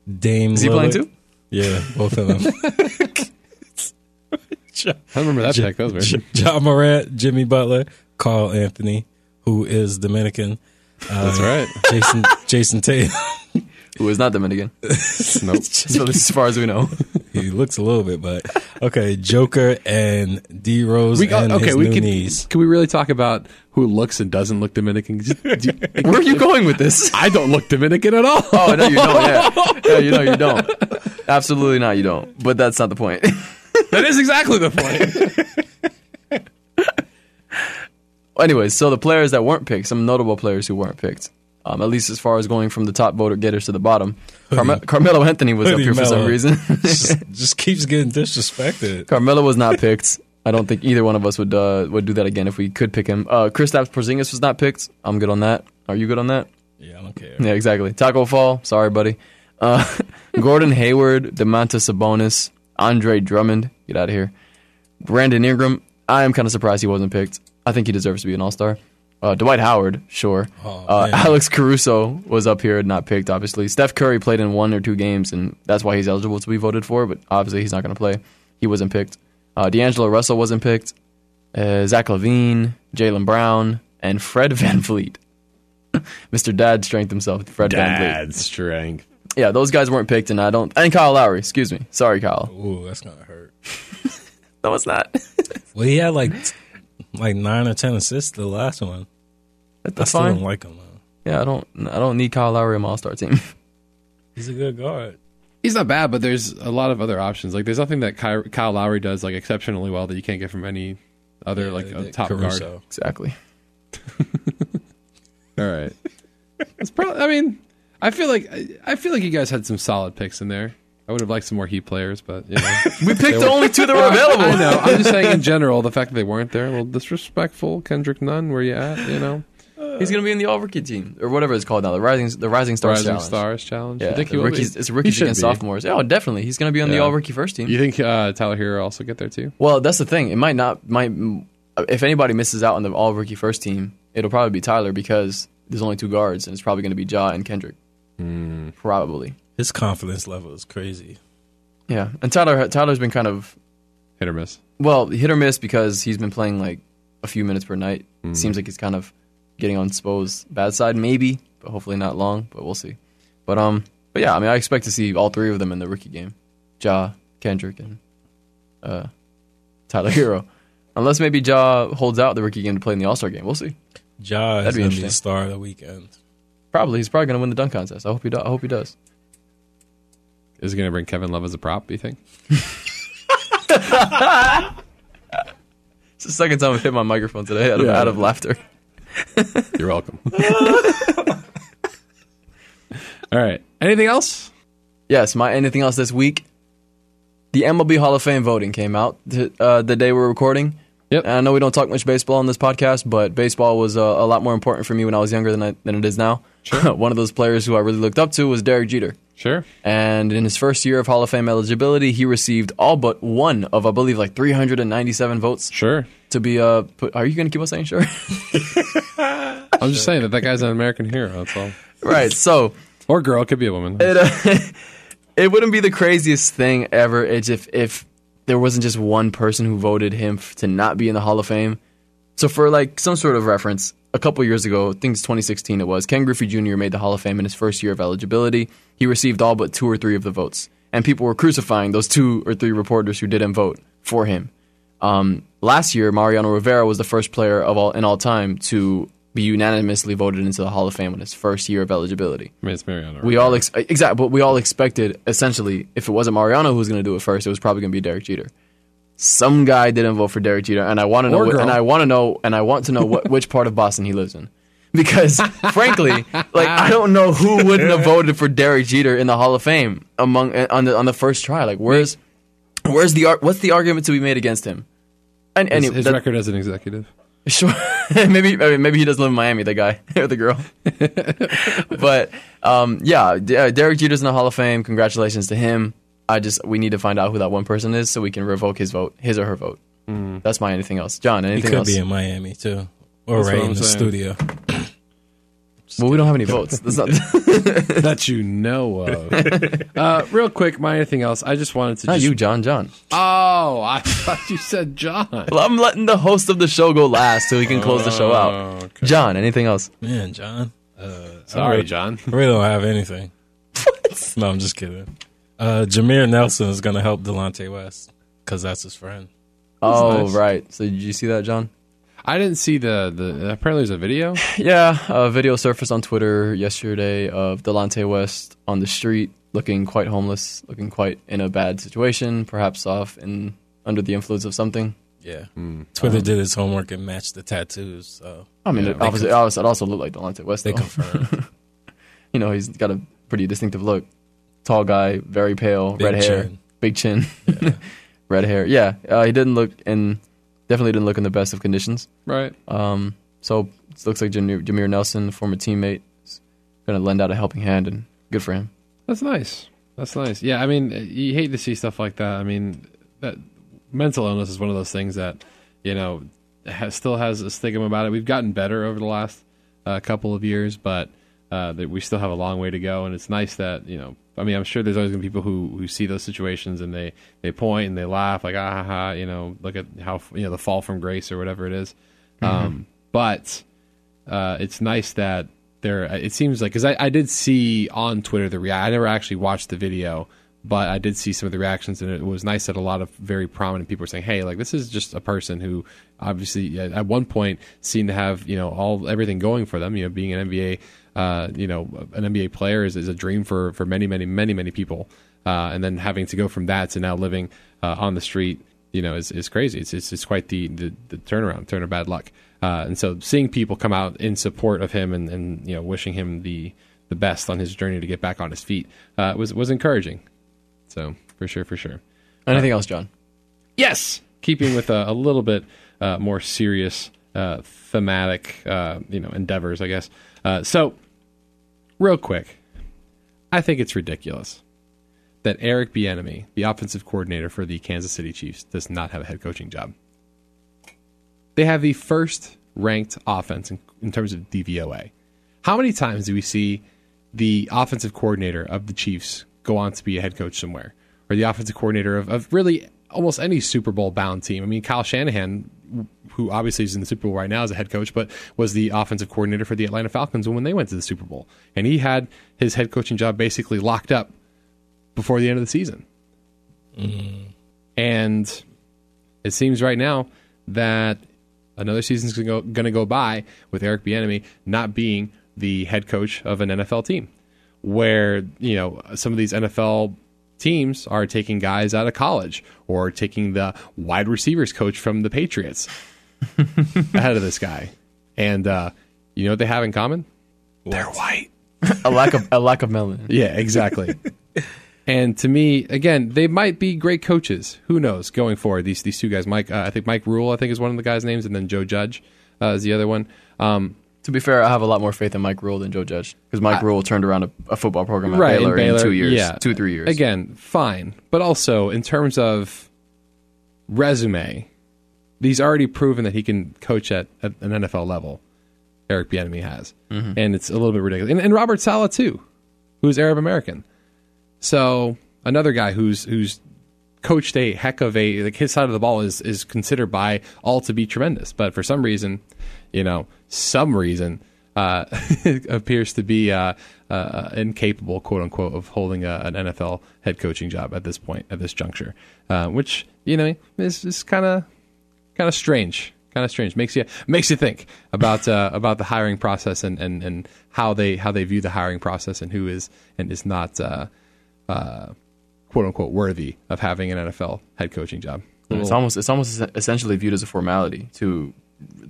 Speaker 2: Dame.
Speaker 3: Is he
Speaker 2: Lillard.
Speaker 3: playing too?
Speaker 2: Yeah, both of them.
Speaker 1: I don't remember that pick. That was weird.
Speaker 2: J- John Morant, Jimmy Butler, Carl Anthony, who is Dominican,
Speaker 1: That's right.
Speaker 2: Jason Jason Tatum.
Speaker 3: Who is not Dominican?
Speaker 1: Nope.
Speaker 3: So this is as far as we know.
Speaker 2: he looks a little bit, but okay. Joker and D Rose
Speaker 1: We,
Speaker 2: and
Speaker 1: okay,
Speaker 2: his
Speaker 1: we
Speaker 2: new
Speaker 1: can,
Speaker 2: knees.
Speaker 1: can we really talk about who looks and doesn't look Dominican? Do you-
Speaker 3: Where are you going with this?
Speaker 1: I don't look Dominican at all.
Speaker 3: Oh no, you don't. Yeah, yeah, you know you don't. Absolutely not. You don't. But that's not the point.
Speaker 1: That is exactly the point.
Speaker 3: Anyways, so the players that weren't picked, some notable players who weren't picked, um, at least as far as going from the top voter getters to the bottom, Carme- Carmelo Anthony was up
Speaker 2: Hoodie
Speaker 3: here for some
Speaker 2: Mello.
Speaker 3: reason.
Speaker 2: just, just keeps getting disrespected.
Speaker 3: Carmelo was not picked. I don't think either one of us would uh, would do that again if we could pick him. Uh, Kristaps Porzingis was not picked. I'm good on that. Are you good on that?
Speaker 2: Yeah, I don't care.
Speaker 3: Yeah, exactly. Taco Fall. Sorry, buddy. Uh, Gordon Hayward, Demontis Sabonis, Andre Drummond. Get out of here. Brandon Ingram. I am kind of surprised he wasn't picked. I think he deserves to be an All Star. Uh, Dwight Howard, sure.
Speaker 2: Oh,
Speaker 3: uh,
Speaker 2: man.
Speaker 3: Alex Caruso was up here, not picked, obviously. Steph Curry played in one or two games, and that's why he's eligible to be voted for. But obviously, he's not going to play. He wasn't picked. Uh, D'Angelo Russell wasn't picked. Uh, Zach Levine, Jalen Brown, and Fred Van Vliet. Mr. Dad strength himself, Fred Van Vliet.
Speaker 1: strength.
Speaker 3: Yeah, those guys weren't picked, and I don't. And Kyle Lowry, excuse me. Sorry, Kyle.
Speaker 2: Ooh, that's gonna hurt.
Speaker 3: No, it's not.
Speaker 2: Well, he had like t- like nine or ten assists the last one. I
Speaker 3: That's
Speaker 2: still don't
Speaker 3: fine.
Speaker 2: like him. though.
Speaker 3: Yeah, I don't. I don't need Kyle Lowry on my All Star team.
Speaker 2: He's a good guard.
Speaker 1: He's not bad, but there's a lot of other options. Like there's nothing that Ky- Kyle Lowry does like exceptionally well that you can't get from any other like uh, top guard.
Speaker 2: Caruso.
Speaker 3: exactly.
Speaker 1: All right. It's probably. I mean, I feel like I, I feel like you guys had some solid picks in there. I would have liked some more Heat players, but you know.
Speaker 3: We picked the only two that were
Speaker 1: I
Speaker 3: available.
Speaker 1: know. I'm just saying in general, the fact that they weren't there, a little disrespectful. Kendrick Nunn, where you at? You know,
Speaker 3: He's gonna be in the All Rookie team or whatever it's called now. The Rising, the Rising Stars
Speaker 1: Rising
Speaker 3: Challenge.
Speaker 1: Stars Challenge.
Speaker 3: Yeah,
Speaker 1: You think
Speaker 3: the
Speaker 1: he will be?
Speaker 3: rookies, it's
Speaker 1: He
Speaker 3: rookies
Speaker 1: should
Speaker 3: against
Speaker 1: be.
Speaker 3: sophomores. Yeah, Oh, definitely. He's gonna be on the
Speaker 1: Yeah.
Speaker 3: All Rookie first team.
Speaker 1: You think uh, Tyler Hero also get there too?
Speaker 3: Well, that's the thing. It might not. Might if anybody misses out on the All Rookie first team, it'll probably be Tyler because there's only two guards, and it's probably gonna be Ja and Kendrick. Probably.
Speaker 2: His confidence level is crazy.
Speaker 3: Yeah, and Tyler Tyler's been kind of
Speaker 1: Hit or miss.
Speaker 3: well hit or miss because he's been playing like a few minutes per night. Seems like he's kind of getting on Spo's bad side, maybe, but hopefully not long. But we'll see. But um, but yeah, I mean, I expect to see all three of them in the rookie game: Ja, Kendrick, and uh, Tyler Hero. Unless maybe Ja holds out the rookie game to play in the All Star game, we'll see.
Speaker 2: Ja
Speaker 3: That'd
Speaker 2: is
Speaker 3: be
Speaker 2: gonna be
Speaker 3: interesting.
Speaker 2: the star of the weekend.
Speaker 3: Probably he's probably gonna win the dunk contest. I hope he do- I hope he does.
Speaker 1: Is he going to bring Kevin Love as a prop? Do you think?
Speaker 3: It's the second time I've hit my microphone today out of,
Speaker 1: Yeah.
Speaker 3: out of laughter.
Speaker 1: You're welcome. All right. Anything else?
Speaker 3: Yes, my anything else this week? The MLB Hall of Fame voting came out th- uh, the day we're recording.
Speaker 1: Yep.
Speaker 3: And I know we don't talk much baseball on this podcast, but baseball was uh, a lot more important for me when I was younger than I, than it is now. Sure. One of those players who I really looked up to was Derek Jeter.
Speaker 1: Sure.
Speaker 3: And in his first year of Hall of Fame eligibility, he received all but one of, I believe, like 397 votes
Speaker 1: Sure.
Speaker 3: to be. Uh, put, are you going to keep on saying sure?
Speaker 1: I'm just saying that that guy's an American hero. That's all.
Speaker 3: right. So
Speaker 1: Or girl. Could be a woman.
Speaker 3: it, uh, it wouldn't be the craziest thing ever it's if if there wasn't just one person who voted him f- to not be in the Hall of Fame. So for like some sort of reference, a couple years ago, I think it's 2016 it was, Ken Griffey Jr. made the Hall of Fame in his first year of eligibility. He received all but two or three of the votes, and people were crucifying those two or three reporters who didn't vote for him. Um, last year, Mariano Rivera was the first player of all in all time to be unanimously voted into the Hall of Fame in his first year of eligibility
Speaker 1: I mean, it's Mariano.
Speaker 3: we all ex- exactly, but we all expected essentially if it wasn't Mariano who was going to do it first, it was probably going to be Derek Jeter. Some guy didn't vote for Derek Jeter, and I want to know,
Speaker 1: Or
Speaker 3: what,
Speaker 1: girl.
Speaker 3: and I want to know, and I want to know what, which part of Boston he lives in, because frankly, like I don't know who wouldn't have voted for Derek Jeter in the Hall of Fame among eh, on the on the first try. Like where's where's the ar- what's the argument to be made against him? And
Speaker 1: his,
Speaker 3: anyway,
Speaker 1: his
Speaker 3: that-
Speaker 1: record as an executive.
Speaker 3: Sure. maybe I mean, maybe he does live in Miami, the guy or the girl. but um, yeah, D- uh, Derek Jeter's in the Hall of Fame. Congratulations to him. I just we need to find out who that one person is so we can revoke his vote, his or her vote. That's my anything else, John.
Speaker 2: Mm. He
Speaker 3: Anything
Speaker 2: could
Speaker 3: else?
Speaker 2: be in Miami too, or
Speaker 1: That's what
Speaker 2: right
Speaker 1: I'm
Speaker 2: in the
Speaker 1: saying.
Speaker 2: studio.
Speaker 3: well, we don't have any votes. That's not.
Speaker 1: that you know of. uh, real quick, my anything else? I just wanted to.
Speaker 3: Not
Speaker 1: just,
Speaker 3: you, John. John.
Speaker 1: Oh, I thought you said John.
Speaker 3: Well, I'm letting the host of the show go last so he can close the show
Speaker 2: Oh,
Speaker 3: out.
Speaker 1: okay.
Speaker 3: John, anything else?
Speaker 2: Man, John. Uh,
Speaker 1: Sorry,
Speaker 2: John.
Speaker 1: John.
Speaker 2: I really don't have anything. No, I'm just kidding. Uh, Jameer Nelson is going to help Delonte West because that's his friend.
Speaker 3: Oh,
Speaker 1: nice.
Speaker 3: right. So did you see that, John?
Speaker 1: I didn't see the the. Apparently, there's a video.
Speaker 3: Yeah, a video surfaced on Twitter yesterday of Delonte West on the street, looking quite homeless, looking quite in a bad situation, perhaps off and under the influence of something.
Speaker 2: Yeah. Twitter did its homework and matched the tattoos. So
Speaker 3: I mean,
Speaker 1: Yeah,
Speaker 3: it,
Speaker 1: they
Speaker 3: obviously, also, it also looked like Delonte West.
Speaker 2: they
Speaker 3: though.
Speaker 2: confirmed.
Speaker 3: you know, he's got a pretty distinctive look. Tall guy, very pale,
Speaker 2: Big
Speaker 3: red hair,
Speaker 2: chin.
Speaker 3: big chin, red hair. Yeah, uh, he didn't look in, definitely didn't look in the best of conditions.
Speaker 1: Right.
Speaker 3: Um, so it looks like Jameer, Jameer Nelson, former teammate, is going to lend out a helping hand, and good for him.
Speaker 1: That's nice. That's nice. Yeah, I mean, you hate to see stuff like that. I mean, that mental illness is one of those things that you know has, still has a stigma about it. We've gotten better over the last uh, couple of years, but uh, that we still have a long way to go. And it's nice that you know. I mean, I'm sure there's always going to be people who, who see those situations and they, they point and they laugh like ah ha, ha you know look at how you know the fall from grace or whatever it is. Um, but uh, it's nice that there. It seems like because I, I did see on Twitter the react. I never actually watched the video, but I did see some of the reactions, and it was nice that a lot of very prominent people were saying, "Hey, like this is just a person who obviously at at one point seemed to have you know all everything going for them. You know, being an NBA, uh, you know, an NBA player is, is a dream for for many, many, many, many people, uh, and then having to go from that to now living uh, on the street." you know, is, is crazy. It's, it's it's quite the, the, the turnaround, turn of bad luck. Uh, and so seeing people come out in support of him and, and you know wishing him the the best on his journey to get back on his feet uh, was was encouraging. So for sure, for sure.
Speaker 3: Anything else, John?
Speaker 1: Yes, keeping with a, a little bit uh, more serious uh, thematic, uh, you know, endeavors, I guess. Uh, so, real quick, I think it's ridiculous that Eric Bieniemy, the offensive coordinator for the Kansas City Chiefs, does not have a head coaching job. They have the first ranked offense in, in terms of DVOA. How many times do we see the offensive coordinator of the Chiefs go on to be a head coach somewhere, or the offensive coordinator of, of really almost any Super Bowl bound team? I mean, Kyle Shanahan, who obviously is in the Super Bowl right now as a head coach, but was the offensive coordinator for the Atlanta Falcons when they went to the Super Bowl, and he had his head coaching job basically locked up before the end of the season. And it seems right now that another season's going to go, gonna go by with Eric Bieniemy not being the head coach of an NFL team, where you know some of these NFL teams are taking guys out of college or taking the wide receivers coach from the Patriots ahead of this guy, and uh, you know what they have in common? They're white.
Speaker 3: A lack of a lack of melanin.
Speaker 1: Yeah, exactly. and to me, again, they might be great coaches. Who knows? Going forward, these these two guys, Mike, uh, I think Mike Rule, I think is one of the guys' names, and then Joe Judge uh, is the other one. Um,
Speaker 3: To be fair, I have a lot more faith in Mike Rule than Joe Judge because Mike Rule turned around a, a football program at
Speaker 1: right,
Speaker 3: Baylor,
Speaker 1: and Baylor
Speaker 3: in two years,
Speaker 1: yeah.
Speaker 3: two three years.
Speaker 1: Again, fine, but also in terms of resume, he's already proven that he can coach at, at an NFL level. Eric Bieniemy has,
Speaker 3: Mm-hmm.
Speaker 1: and it's a little bit ridiculous. And, and Robert Sala too, who's Arab American. So another guy who's who's coached a heck of a like his side of the ball is is considered by all to be tremendous, but for some reason, you know, some reason uh, appears to be uh, uh, incapable, quote unquote, of holding a, an NFL head coaching job at this point at this juncture, uh, which you know is is kind of kind of strange. Kind of strange. Makes you makes you think about uh, about the hiring process and, and, and how they how they view the hiring process and who is and is not uh, uh, quote unquote worthy of having an NFL head coaching job.
Speaker 3: It's almost it's almost es- essentially viewed as a formality to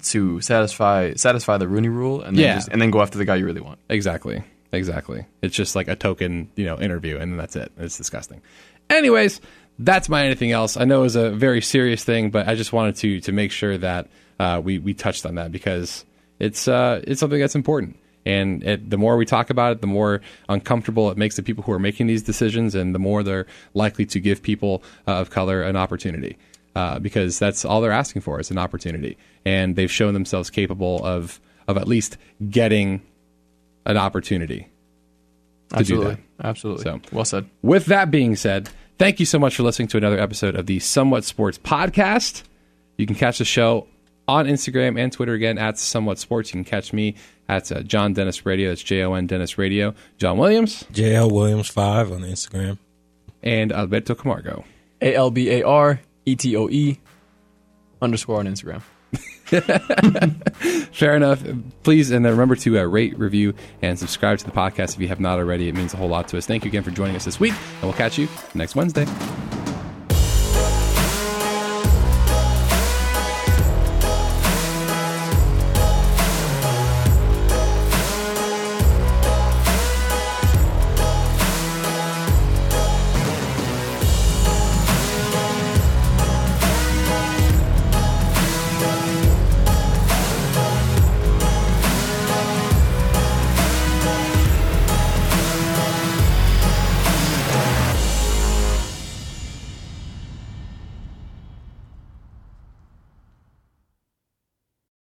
Speaker 3: to satisfy satisfy the Rooney Rule and then
Speaker 1: Yeah.
Speaker 3: just, and then go after the guy you really want.
Speaker 1: Exactly. Exactly. It's just like a token, you know, interview, and then that's it. It's disgusting. Anyways, that's my anything else. I know it was a very serious thing, but I just wanted to to make sure that uh, we we touched on that because it's uh, it's something that's important. And it, the more we talk about it, the more uncomfortable it makes the people who are making these decisions, and the more they're likely to give people uh, of color an opportunity. Uh, because that's all they're asking for is an opportunity, and they've shown themselves capable of of at least getting an opportunity. do
Speaker 3: Absolutely.
Speaker 1: that.
Speaker 3: Absolutely.
Speaker 1: So-
Speaker 3: Well said.
Speaker 1: With that being said, thank you so much for listening to another episode of the Somewhat Sports Podcast. You can catch the show on Instagram and Twitter again at Somewhat Sports. You can catch me at uh, John Dennis Radio. That's J O N Dennis Radio. John Williams
Speaker 2: JL Williams five on Instagram.
Speaker 1: and Alberto Camargo.
Speaker 3: A L B A R E T O E underscore on Instagram.
Speaker 1: Fair enough. Please, and then remember to uh, rate, review, and subscribe to the podcast if you have not already. It means a whole lot to us. Thank you again for joining us this week, and we'll catch you next Wednesday.